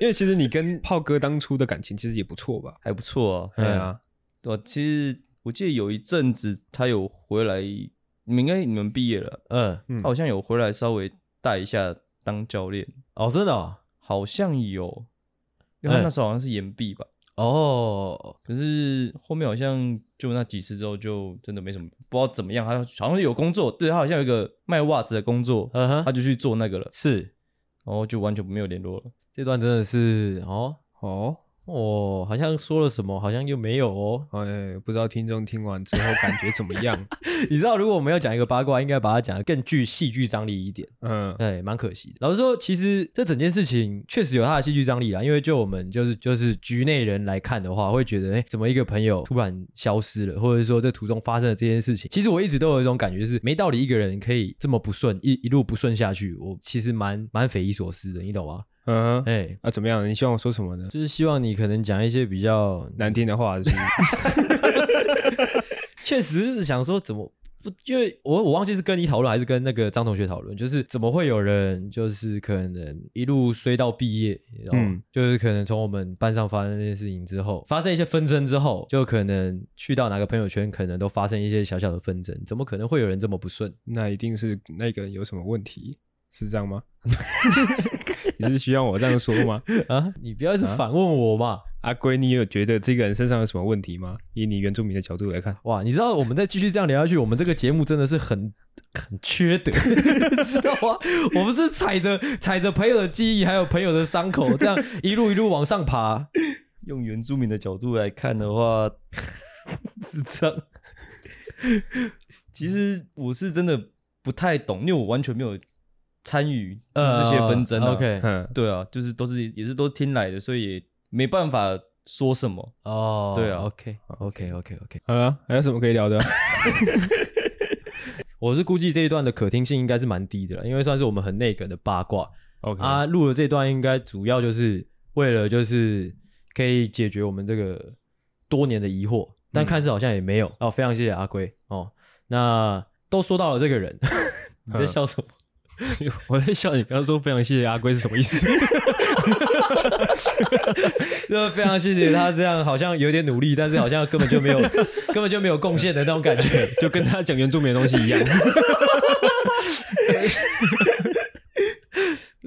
因为其实你跟炮哥当初的感情其实也不错吧？
还不错啊。
嗯
对啊，
对啊，其实我记得有一阵子他有回来，你们应该你们毕业了，
嗯，
他好像有回来稍微带一下当教练，
哦，真的哦，
好像有，因为
嗯
他那时候好像是延毕吧。
哦，
可是后面好像就那几次之后，就真的没什么，不知道怎么样。他好像有工作，对他好像有一个卖袜子的工作，
嗯哼
他就去做那个了，
是
然后就完全没有联络了。
这段真的是哦，
哦，
哦，好像说了什么，好像又没有哦。
嗯
哎，不知道听众听完之后感觉怎么样？ [LAUGHS]
你知道，如果我们要讲一个八卦，应该把它讲得更具戏剧张力一点。
嗯，
哎，蛮可惜的。老实说，其实这整件事情确实有它的戏剧张力啦。因为就我们就是就是局内人来看的话，会觉得，哎，怎么一个朋友突然消失了，或者说这途中发生了这件事情。其实我一直都有一种感觉是，没道理一个人可以这么不顺，一一路不顺下去。我其实蛮蛮匪夷所思的，你懂吗？
嗯哼，
哎，
啊，怎么样？你希望我说什么呢？
就是希望你可能讲一些比较
难听的话是不是
确实是想说怎么。不，因为我我忘记是跟你讨论还是跟那个张同学讨论，就是怎么会有人就是可能一路衰到毕业，然后、
嗯
就是可能从我们班上发生那些事情之后，发生一些纷争之后，就可能去到哪个朋友圈，可能都发生一些小小的纷争，怎么可能会有人这么不顺？
那一定是那个人有什么问题，是这样吗？ [LAUGHS] 你是希望我这样说吗？
啊，你不要一直反问我嘛！
阿龟，你有觉得这个人身上有什么问题吗？以你原住民的角度来看，
哇，你知道我们再继续这样聊下去，我们这个节目真的是很很缺德， [LAUGHS] 知道吗？我们是踩着踩着朋友的记忆，还有朋友的伤口，这样一路一路往上爬，
用原住民的角度来看的话，
是这样。
[LAUGHS] 其实我是真的不太懂，因为我完全没有参与就是这些纷争、啊
呃 OK，
嗯，
对啊，就是都是也是都听来的，所以也没办法说什么。
哦，
对啊
，OK，OK，OK，OK。
好了，啊还有什么可以聊的？
我是估计这一段的可听性应该是蛮低的了，因为算是我们很内梗的八卦
OK
啊。录的这段应该主要就是为了就是可以解决我们这个多年的疑惑，但看似好像也没有、嗯哦。非常谢谢阿龟哦。那都说到了这个人， [LAUGHS] 你在笑什 [LAUGHS] 么？
我在笑你刚刚说非常谢谢阿龟是什么
[LAUGHS]
意思？
就是非常谢谢他这样，好像有点努力，但是好像根本就没有 [LAUGHS] 根本就没有贡献的那种感觉。 [LAUGHS]
就跟他讲原住民的东西一样。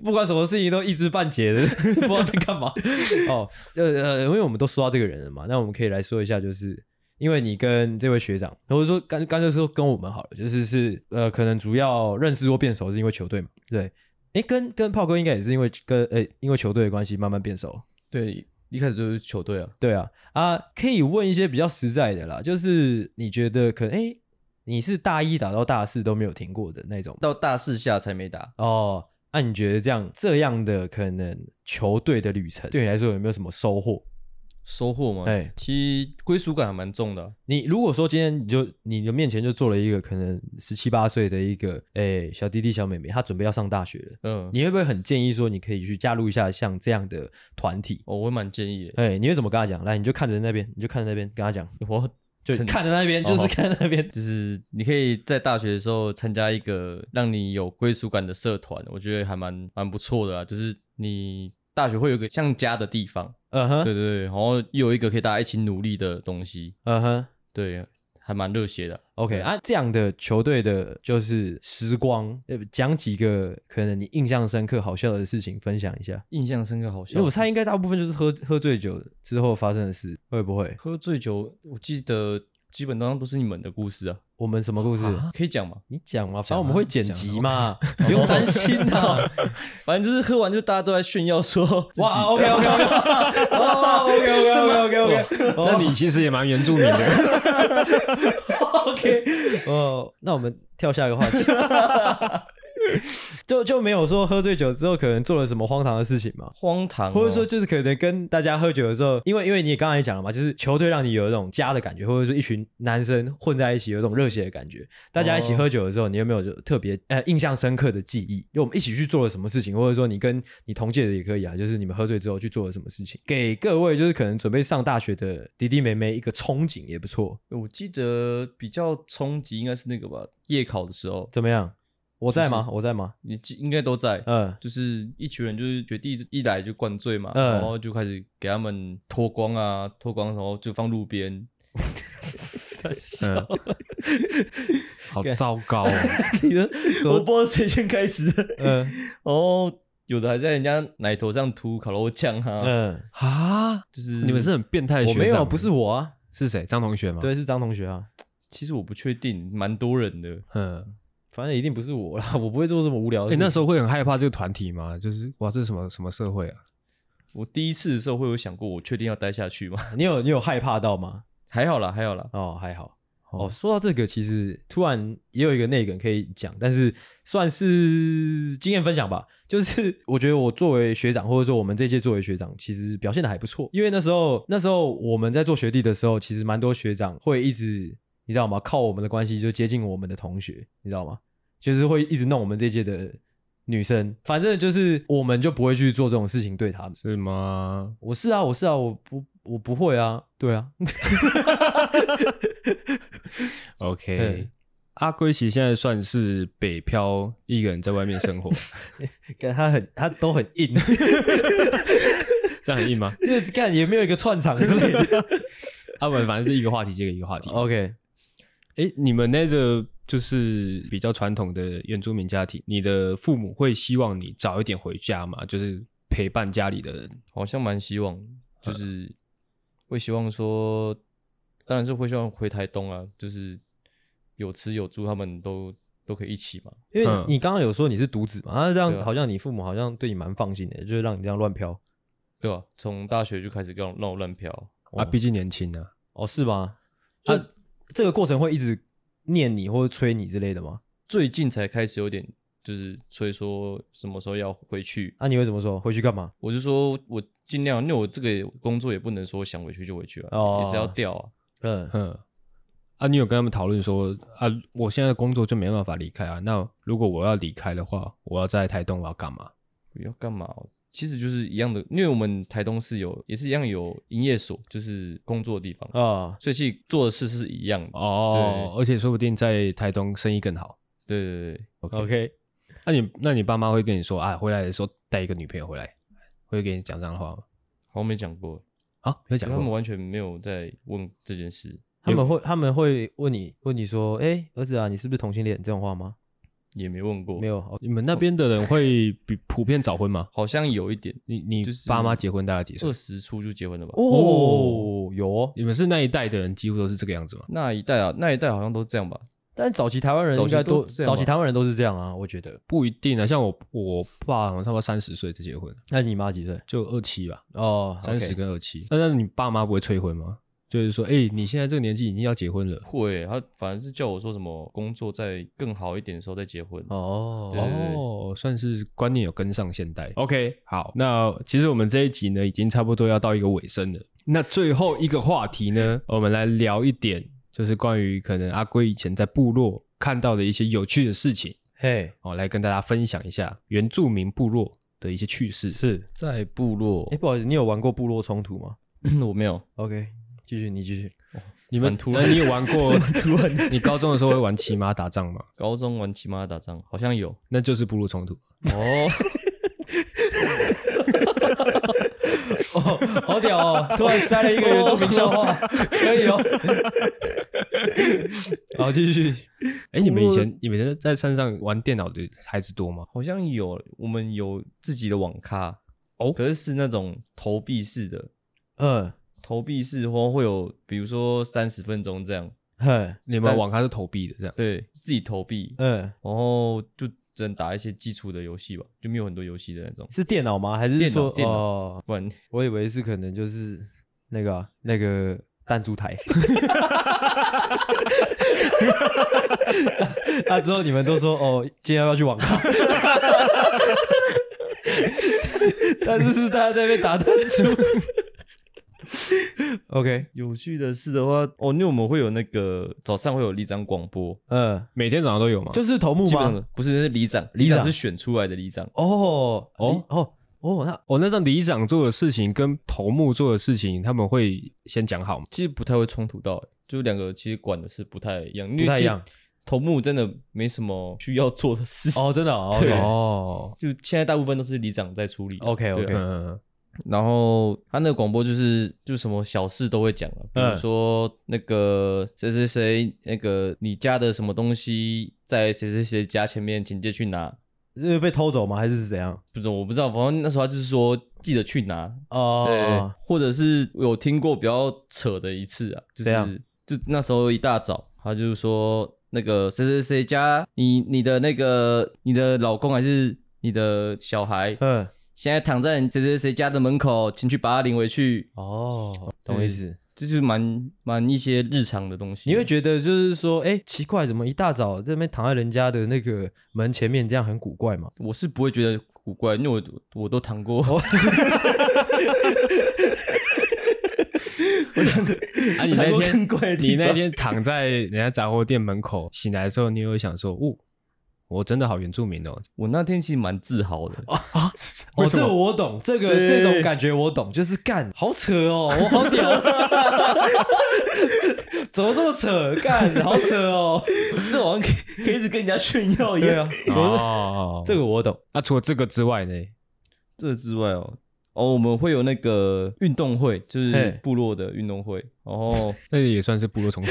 不管什么事情都一知半解的， [LAUGHS] 不知道在干嘛。 [LAUGHS] 哦，呃呃，因为我们都说到这个人了嘛，那我们可以来说一下，就是因为你跟这位学长，或者说干干脆说跟我们好了，就是是呃，可能主要认识或变熟是因为球队嘛，对。哎，跟跟炮哥应该也是因为跟呃，因为球队的关系慢慢变熟。
对，一开始就是球队啊，
对啊，啊，可以问一些比较实在的啦，就是你觉得可能哎，诶你是大一打到大四都没有停过的那种
到大四下才没打，
哦，那、你觉得这样这样的可能球队的旅程对你来说有没有什么收获？
收获嘛，
哎
其实归属感还蛮重的啊、
你如果说今天你就你的面前就坐了一个可能十七八岁的一个诶、小弟弟小妹妹，她准备要上大学了，
嗯，
你会不会很建议说你可以去加入一下像这样的团体？
哦，我会蛮建议的。
哎、你会怎么跟她讲？来，你就看着那边，你就看着那边跟她讲，
我
就
真的
看着那边，就是看着那边。
就是你可以在大学的时候参加一个让你有归属感的社团，我觉得还蛮蛮不错的啦。啊就是你大学会有一个像家的地方，
[LAUGHS] 嗯
对
哼，
对对，然后又有一个可以大家一起努力的东西，
嗯哼。
对，还蛮热血的。
OK
对
啊，这样的球队的就是时光，呃，讲几个可能你印象深刻、好笑的事情分享一下。
印象深刻，好
因为
像
我猜应该大部分就是喝喝醉酒之后发生的事，会不会？
喝醉酒，我记得基本上都是你们的故事啊，
我们什么故事？
可以讲吗？
你讲嘛，反正我们会剪辑嘛，
不
不用担心啊。
啊。反正就是喝完就大家都在炫耀说自己
哇，OK OK OK OK OK OK OK
那你其实也蛮原住民的。 [LAUGHS]
OK，哦，那我们跳下一个话题。就就没有说喝醉酒之后可能做了什么荒唐的事情嘛？
荒唐哦、
或者说，就是可能跟大家喝酒的时候，因为因为你也刚才讲了嘛，就是球队让你有一种家的感觉，或者说一群男生混在一起有一种热血的感觉。大家一起喝酒的时候，你有没有就特别呃印象深刻的记忆？因为我们一起去做了什么事情，或者说你跟你同届的也可以啊，就是你们喝醉之后去做了什么事情，给各位就是可能准备上大学的弟弟妹妹一个憧憬也不错。
我记得比较冲击应该是那个吧，夜考的时候，
怎么样？我在吗？我在吗？
你记应该都在， [LAUGHS]
嗯
就是一群人就是决定一来就灌醉嘛，
嗯
然后就开始给他们脱光啊，脱光然后就放路边，
嗯，好糟糕哦， [LAUGHS]
你的
我不知道谁先开始的，
嗯
哦，有的还在人家奶头上涂烤肉酱啊，
嗯，
啊！
就是
你们是很变态的
我
学
没
长，
有，不是我啊，
是谁？张同学吗？
对，，是张同学啊。
其实我不确定，蛮多人的，
嗯，
反正一定不是我啦，我不会做这么无聊的
你
事情。
那时候会很害怕这个团体吗？就是哇，这是什么什么社会啊？
我第一次的时候会有想过，我确定要待下去吗？
你有你有害怕到吗？
还好啦，还好啦，
哦，还好。哦，说到这个，其实突然也有一个内梗可以讲，但是算是经验分享吧。就是 [LAUGHS] 我觉得我作为学长，或者说我们这届作为学长，其实表现的还不错。因为那时候那时候我们在做学弟的时候，其实蛮多学长会一直你知道吗？靠我们的关系就接近我们的同学，你知道吗？就是会一直弄我们这届的女生。反正就是我们就不会去做这种事情对他们。
是吗？
我是啊，我是啊，我不我不会啊，对啊，
OK，
嗯
阿圭其实现在算是北漂，一个人在外面生 [LAUGHS] 活，
感他很他都很硬，
这样很硬吗？
就是 [LAUGHS] 干也没有一个串场之类的。
阿文反正是一个话题接一个话题。哦，
OK，
哎，你们那个就是比较传统的原住民家庭，你的父母会希望你早一点回家吗？就是陪伴家里的人。
好像蛮希望，
呃
就是会希望说，当然是会希望回台东啊，就是有吃有住，他们都都可以一起嘛。
因为
嗯
你刚刚有说你是独子嘛，啊，这样
对啊
好像你父母好像对你蛮放心的，就是让你这样乱飘。
对吧、从大学就开始让我让我乱飘，
啊，毕竟年轻啊，
哦，是吗？就、这个过程会一直念你或者催你之类的吗？
最近才开始有点就是催说什么时候要回去，
啊，你会怎么说？回去干嘛？
我就说我尽量，因为我这个工作也不能说想回去就回去啊，
哦
也是要调啊。
嗯，
嗯，啊，你有跟他们讨论说啊，我现在工作就没办法离开啊，那如果我要离开的话，我要在台东我要干嘛？
要干嘛哦、其实就是一样的，因为我们台东是有也是一样有营业所，就是工作的地方，
啊，
所以其实做的事是一样的。
哦，而且说不定在台东生意更好。
对对对，
OK，
那你那你爸妈会跟你说啊，回来的时候带一个女朋友回来，会给你讲这样的话吗？
好像没讲过，
啊，没有
就
讲
他们
过。
完全没有在问这件事，
他们会他们会问你问你说，哎、儿子啊，你是不是同性恋？这种话吗？
也没问过，
没，有，哦
你们那边的人会比普遍早婚吗？
好像有一点，
你你
就是
爸妈结婚大概几岁
二？十出就结婚了吧？
哦，有哦，
你们是那一代的人几乎都是这个样子吗？
那一代啊，那一代好像都这样吧？
但早期台湾人
早
应
期
该
都
都
这样吧
早期台湾人都是这样啊，我觉得。
不一定啊，像我我爸好像差不多三十岁才结婚，
那你妈几岁？
就二七吧，
啊
哦，
三十
OK
跟二七。那那你爸妈不会催婚吗？就是说，哎、你现在这个年纪已经要结婚了，
会，他反而是叫我说什么工作再更好一点的时候再结婚。
哦
对对对
哦，算是观念有跟上现代。OK，好，那其实我们这一集呢，已经差不多要到一个尾声了。那最后一个话题呢，我们来聊一点，就是关于可能阿龟以前在部落看到的一些有趣的事情，
嘿，
哦，来跟大家分享一下原住民部落的一些趣事。
是，
在部落
哎，，不好意思，你有玩过部落冲突吗
[LAUGHS] 我没有，
？OK，继续，你继续。
你们
很突
那
然
你有玩
[LAUGHS]
过？你高中的时候会玩骑马打仗吗？
高中玩骑马打仗好像有，
那就是部落冲突。
哦，哦，好屌哦！
[LAUGHS]
突然塞了 [LAUGHS] 一个原
哦
住民笑话， [LAUGHS] 可以哦。好，继续。
哎、你们以前你们在山上玩电脑的孩子多吗？
好像有，我们有自己的网咖哦，可是是那种投币式的，
嗯，
投币式或会有，比如说三十分钟这样，
嘿，
你们网咖是投币的这样？
对自己投币，
嗯，
然后就只能打一些基础的游戏吧，就没有很多游戏的那种，
是电脑吗？还是
电脑
说
电脑
哦？
不然
我以为是可能就是那个啊、那个弹珠台。那、之后你们都说哦，今天要不要去网咖？ [LAUGHS] 但是是大家在那边打弹珠。OK，
有趣的事的话，哦，因为我们会有那个早上会有里长广播，
嗯，
每天早上都有吗？
就是头目
基本
吗？
上不是是里长，
里
里
长
长是选出来的里长，
哦哦哦哦，那
哦，那让里长做的事情跟头目做的事情，他们会先讲好吗？
其实不太会冲突到、欸，就两个其实管的是不太一样，
不太一样。
头目真的没什么需要做的事 [LAUGHS] 情，
哦，真的哦
对
哦
就现在大部分都是里长在处理啊。
，OK
对
OK，
啊
嗯
然后他那个广播就是就什么小事都会讲啊，比如
嗯
说那个谁谁谁，那个你家的什么东西在谁谁谁家前面，请记得去拿。
是呃被偷走吗？还是怎样？
不知道我不知道，反正那时候他就是说记得去拿，对
哦，，
或者是有听过比较扯的一次啊，就
怎样
是就那时候一大早，他就是说那个谁谁谁家，你你的那个你的老公还是你的小孩，
嗯，
现在躺在谁谁谁家的门口，请去把他领回去。
哦，懂意思。
这就是蛮蛮一些日常的东西。
你会觉得就是说，哎、奇怪，怎么一大早这边躺在人家的那个门前面，这样很古怪嘛？
我是不会觉得古怪，因为我我都躺 [LAUGHS] 过。
啊，你那
过
天
更怪的地
你那
方
天躺在人家杂货店门口醒来的时候，你有想说，哦，我真的好原住民哦，
我那天其实蛮自豪的，
哦，这我懂，这个这种感觉我懂，就是干，好扯哦，我好屌，
[LAUGHS]
怎么这么扯？干，好扯哦，
这好像可以可以一直跟人家炫耀一
对啊，
[LAUGHS]
哦，
这个我懂，
那、除了这个之外呢？
这之外哦，哦，我们会有那个运动会，就
嘿
是部落的运动 [LAUGHS] 会，然后
那也算是部落冲突。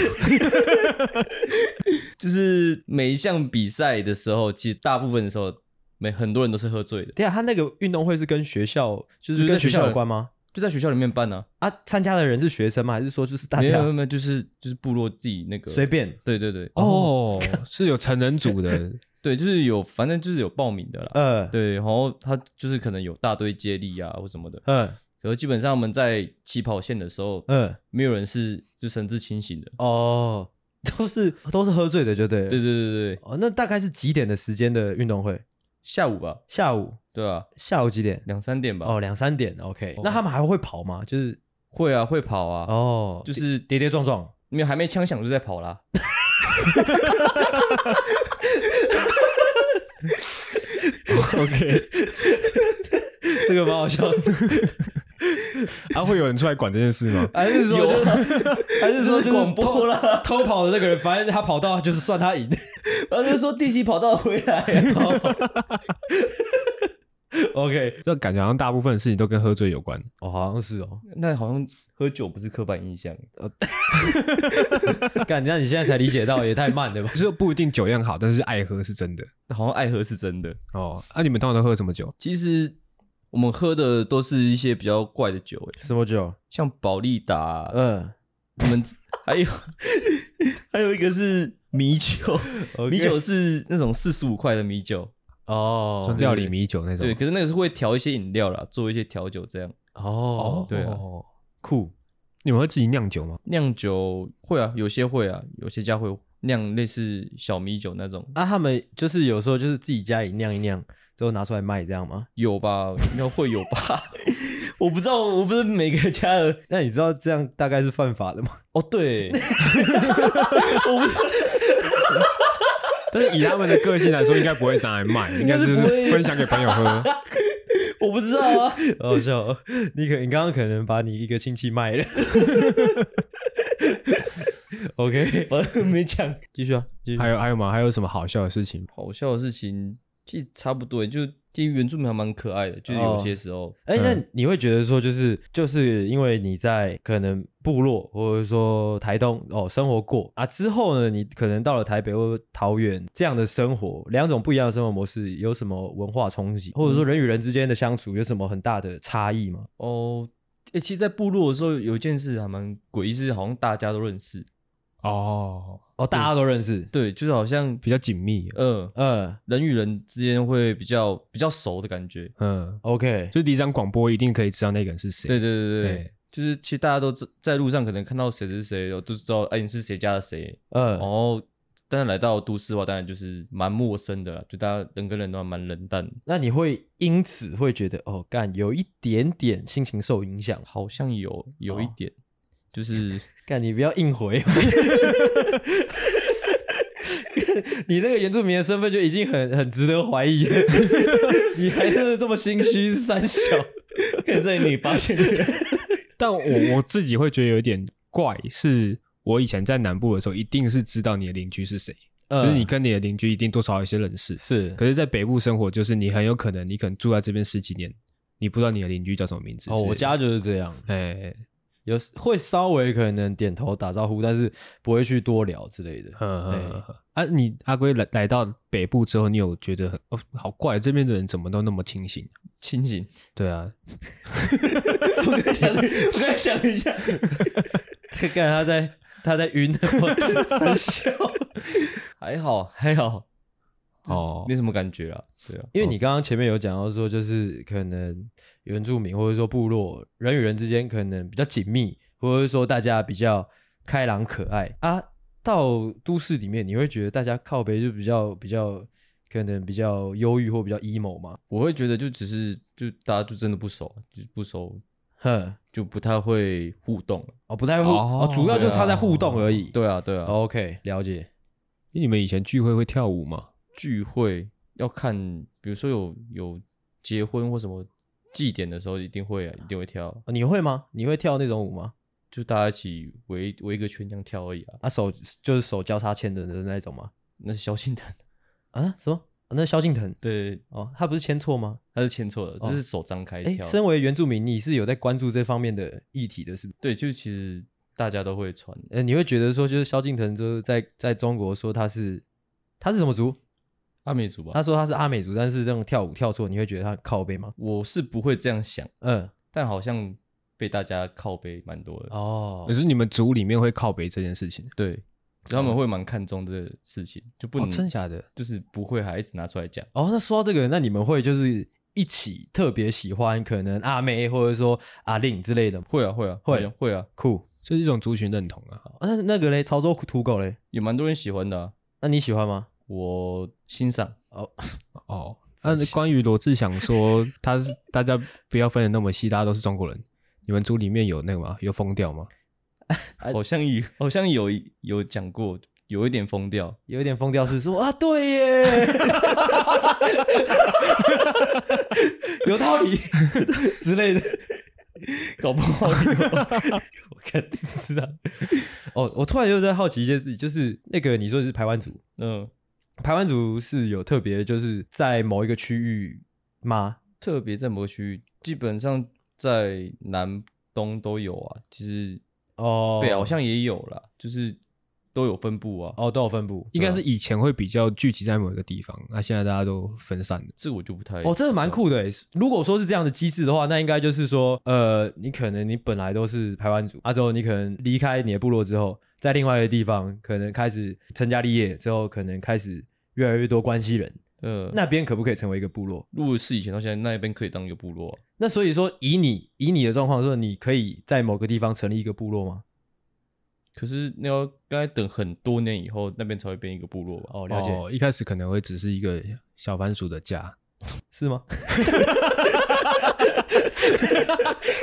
就是每一项比赛的时候，其实大部分的时候，每很多人都是喝醉的，
等一下啊他那个运动会是跟学校，就
就是是
跟
在
学
学校
校有关吗？
就在学校里面办啊，
啊，参加的人是学生吗？还是说就是大
没有没
家
有没有，就是就是部落自己那个
啊随，便？
对对对，
哦，是有成人
[LAUGHS]
组的，
对，就是有反正就是有报名的啦，
呃，
对，然后他就是可能有大队接力啊或什么的，
嗯
可是基本上我们在起跑线的时候，
嗯，
没有人是就神志清醒的，
哦， [LAUGHS] 都是都是喝醉的，就对了。
对对对对，
哦，那大概是几点的时间的运动会？
下午吧，
下午，
对啊，
下午几点？
两三点吧，
哦，两三点。OK，、那他们还会跑吗？就是
会啊会跑啊，
哦，
就是
跌跌撞撞。
没有还没枪响就在跑啦。
这个蛮好
[LAUGHS]
笑的，
啊，会有人出来管这件事吗？
还是说就是 [LAUGHS] 还啊是说
这是广播
啦？偷跑的那个人，反正他跑到就是算他赢。
然后就说第几跑道回
[LAUGHS]
来，
OK，
就感觉好像大部分的事情都跟喝醉有关。
哦，好像是哦。呃
那好像喝酒不是刻板印象，
[LAUGHS] 干，那你现在才理解到，也太慢了吧？
就不一定酒量好，但是爱喝是真的。
好像爱喝是真的。
哦，啊，你们通常都喝什么酒？
其实我们喝的都是一些比较怪的酒，哎，
什么酒？
像宝利达，
嗯，
我们还有还有一个是
[LAUGHS]
米酒，米酒是那种四十五块的米酒，
哦
像料理米酒那种
对，。可是那个是会调一些饮料啦，做一些调酒这样。
哦，
对啊
酷。
你们会自己酿酒吗？
酿酒会啊，有些会啊，有些家会酿类似小米酒那种，
[LAUGHS] 啊，他们就是有时候就是自己家里酿一酿，之后拿出来卖，这样吗？ [LAUGHS]
有吧？应该会有吧？ [LAUGHS] 我不知道，我不是每个家的
那你知道这样大概是犯法的吗？ [LAUGHS]
哦，对，
但是以他们的个性来说，应该不会拿来卖，应该就是分享给朋友喝。
我不知道啊。
[LAUGHS] 好好笑、哦，你可你刚刚可能把你一个亲戚卖 [LAUGHS] 了。OK，我没讲，继续啊，继续。
还有还有吗？还有什么好笑的事情吗？
好笑的事情其实差不多，欸就其实原住民还蛮可爱的，就是有些时候，
哎、
嗯
那你会觉得说，就是就是因为你在可能部落或者说台东哦生活过啊，之后呢，你可能到了台北或者桃园这样的生活，两种不一样的生活模式，有什么文化冲击，或者
嗯
说人与人之间的相处有什么很大的差异吗？
哦，哎、其实，在部落的时候有一件事还蛮诡异，是好像大家都认识，
哦，
哦，大家都认识，
对，就是好像
比较紧密。
呃，
嗯
人与人之间会比较比较熟的感觉。
嗯，
，OK，
就是第一张广播一定可以知道那个人是谁。
对对对对，
对
就是其实大家都知在路上可能看到谁是谁，我都知道哎你是谁家的谁，
呃
然，后但是来到都市的话，当然就是蛮陌生的啦，就大家人跟人都还蛮冷淡的，
那你会因此会觉得哦，干有一点点心情受影响。
好像有有一
哦
点，就是
[LAUGHS] 干，你不要硬
[LAUGHS]
回。你那个原住民的身份就已经很很值得怀
[LAUGHS]
疑了，你还是这么心虚是三小，看在你八
[LAUGHS]
仙
但我我自己会觉得有一点怪，是我以前在南部的时候，一定是知道你的邻居是谁，就是
哦
你跟你的邻居一定多少有一些认识。
嗯是
可是，在北部生活，就是你很有可能，你可能住在这边十几年，你不知道你的邻居叫什么名字之类
哦，
的。
我家就是这样，
哎，
有时会稍微可能点头打招呼，但是不会去多聊之类的。哎
嗯
对
嗯嗯嗯啊，你阿龟来来到北部之后，你有觉得很哦好怪，这边的人怎么都那么清醒？啊
清醒，
对啊，
[LAUGHS] 我刚才想了一下，这干他在他在晕，三小。
还 [LAUGHS] 好还好，
哦
没什么感觉啦，对啊，
因为你刚刚前面有讲到说，就是可能原住民或者说部落人与人之间可能比较紧密，或者是说大家比较开朗可爱啊。到都市里面，你会觉得大家靠北就比较比较可能比较忧郁或比较 emo 嘛？
我会觉得就只是就大家就真的不熟，啊就不熟
哼，
就不太会互动了，
哦，不太互哦
哦
主要就
啊
差在互动而已。
对啊对啊，
，OK，了解。
因为你们以前聚会会跳舞吗？
聚会要看，比如说有有结婚或什么祭典的时候，一定会啊，一定会跳，
哦你会吗？你会跳那种舞吗？
就大家一起围围一个圈这样跳而已啊。
啊，手就是手交叉牵着的那一种吗？
那是萧敬腾，
啊，什么？啊那萧敬腾
对，
哦，他不是牵错吗？
他是牵错了，
哦
就是手张开
哎，
跳。
身为原住民，你是有在关注这方面的议题的，是不是？
对，就其实大家都会穿，
呃，你会觉得说，就是萧敬腾就是在在中国说他是他是什么族？
阿美族
他
吧。
说他是阿美族，但是这种跳舞跳错，你会觉得他很靠背吗？
我是不会这样想，
嗯，
但好像被大家靠背蛮多的。
哦
可，是你们组里面会靠北这件事情？
对，所以他们会蛮看重这个事情，就不
哦
能、
真假的，
就是不会还一直拿出来讲。
哦，那说到这个，那你们会就是一起特别喜欢可能阿妹或者说阿令之类的吗？
会啊，会啊，
会
会啊会啊，
酷，
这是一种族群认同啊。
啊那那个嘞，潮州土狗嘞，
也蛮多人喜欢的、啊，
那你喜欢吗？
我欣赏。
哦，
哦，那关于罗志祥说他是大家不要分的那么细，大家都是中国人。你们组里面有那个吗？有疯掉吗？
呃
好像有， [LAUGHS] 好像有有讲过，有一点疯掉。
有一点疯掉是说啊，对
[LAUGHS]
耶，有道
[LAUGHS]
理之类的，搞不好
[LAUGHS]
有我看知道。哦，我突然又在好奇一件事情，就是那个你说的是排湾族，
嗯，
排湾族是有特别就是在某一个区域吗？
特别在某个区域，基本上在南东都有啊。其实
哦，
北啊好像也有啦，就是都有分布啊。哦，
哦都有分布，
应该是以前会比较聚集在某一个地方，那、现在大家都分散了。
这我就不太
哦，这个蛮
知道。
酷的诶。如果说是这样的机制的话，那应该就是说，呃，你可能你本来都是排湾族，啊之后你可能离开你的部落之后，在另外一个地方可能开始成家立业之后，可能开始越来越多关系人，
呃，
那边可不可以成为一个部落？
如果是以前到现在，那一边可以当一个部落啊、
那所以说，以你以你的状况说，你可以在某个地方成立一个部落吗？
可是那要刚才等很多年以后，那边才会变一个部落吧？
哦，了解，
哦，一开始可能会只是一个小番薯的家。
[LAUGHS] 是吗？
[LAUGHS]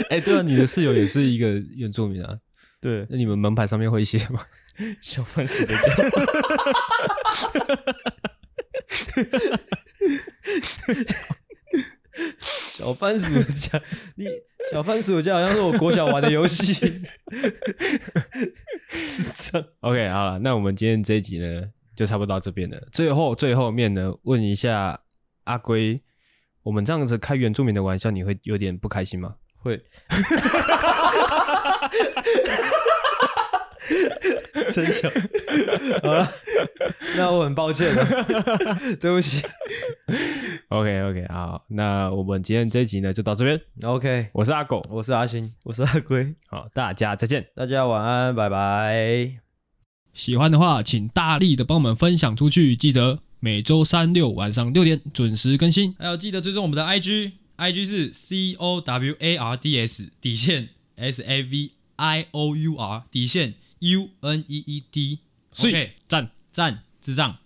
哎、对啊，你的室友也是一个原住民啊。
对，
那你们门牌上面会写吗？
小番薯的家，
小番薯的家，你小番薯的家好像是我国小玩的游戏， [LAUGHS] 是这样。
OK，好了，那我们今天这一集呢，就差不多到这边了。最后最后面呢，问一下阿龟，我们这样子开原住民的玩笑，你会有点不开心吗？
会
真小。好了，那我很抱 [LAUGHS] 歉了，对不起。
OK OK，好，那我们今天这一集呢就到这边。
OK，
我是阿狗，
我是阿星，我是阿龟，
好，大家再见。
大家晚安，拜拜。
喜欢的话，请大力的帮我们分享出去，记得每周三六晚上六点准时更
呃
新。
还有记得追踪我们的 IG，IG 是 C O W A R D S 底线 L
S A V I O U R 底线 U N E E D。
所以
OK，赞赞智障。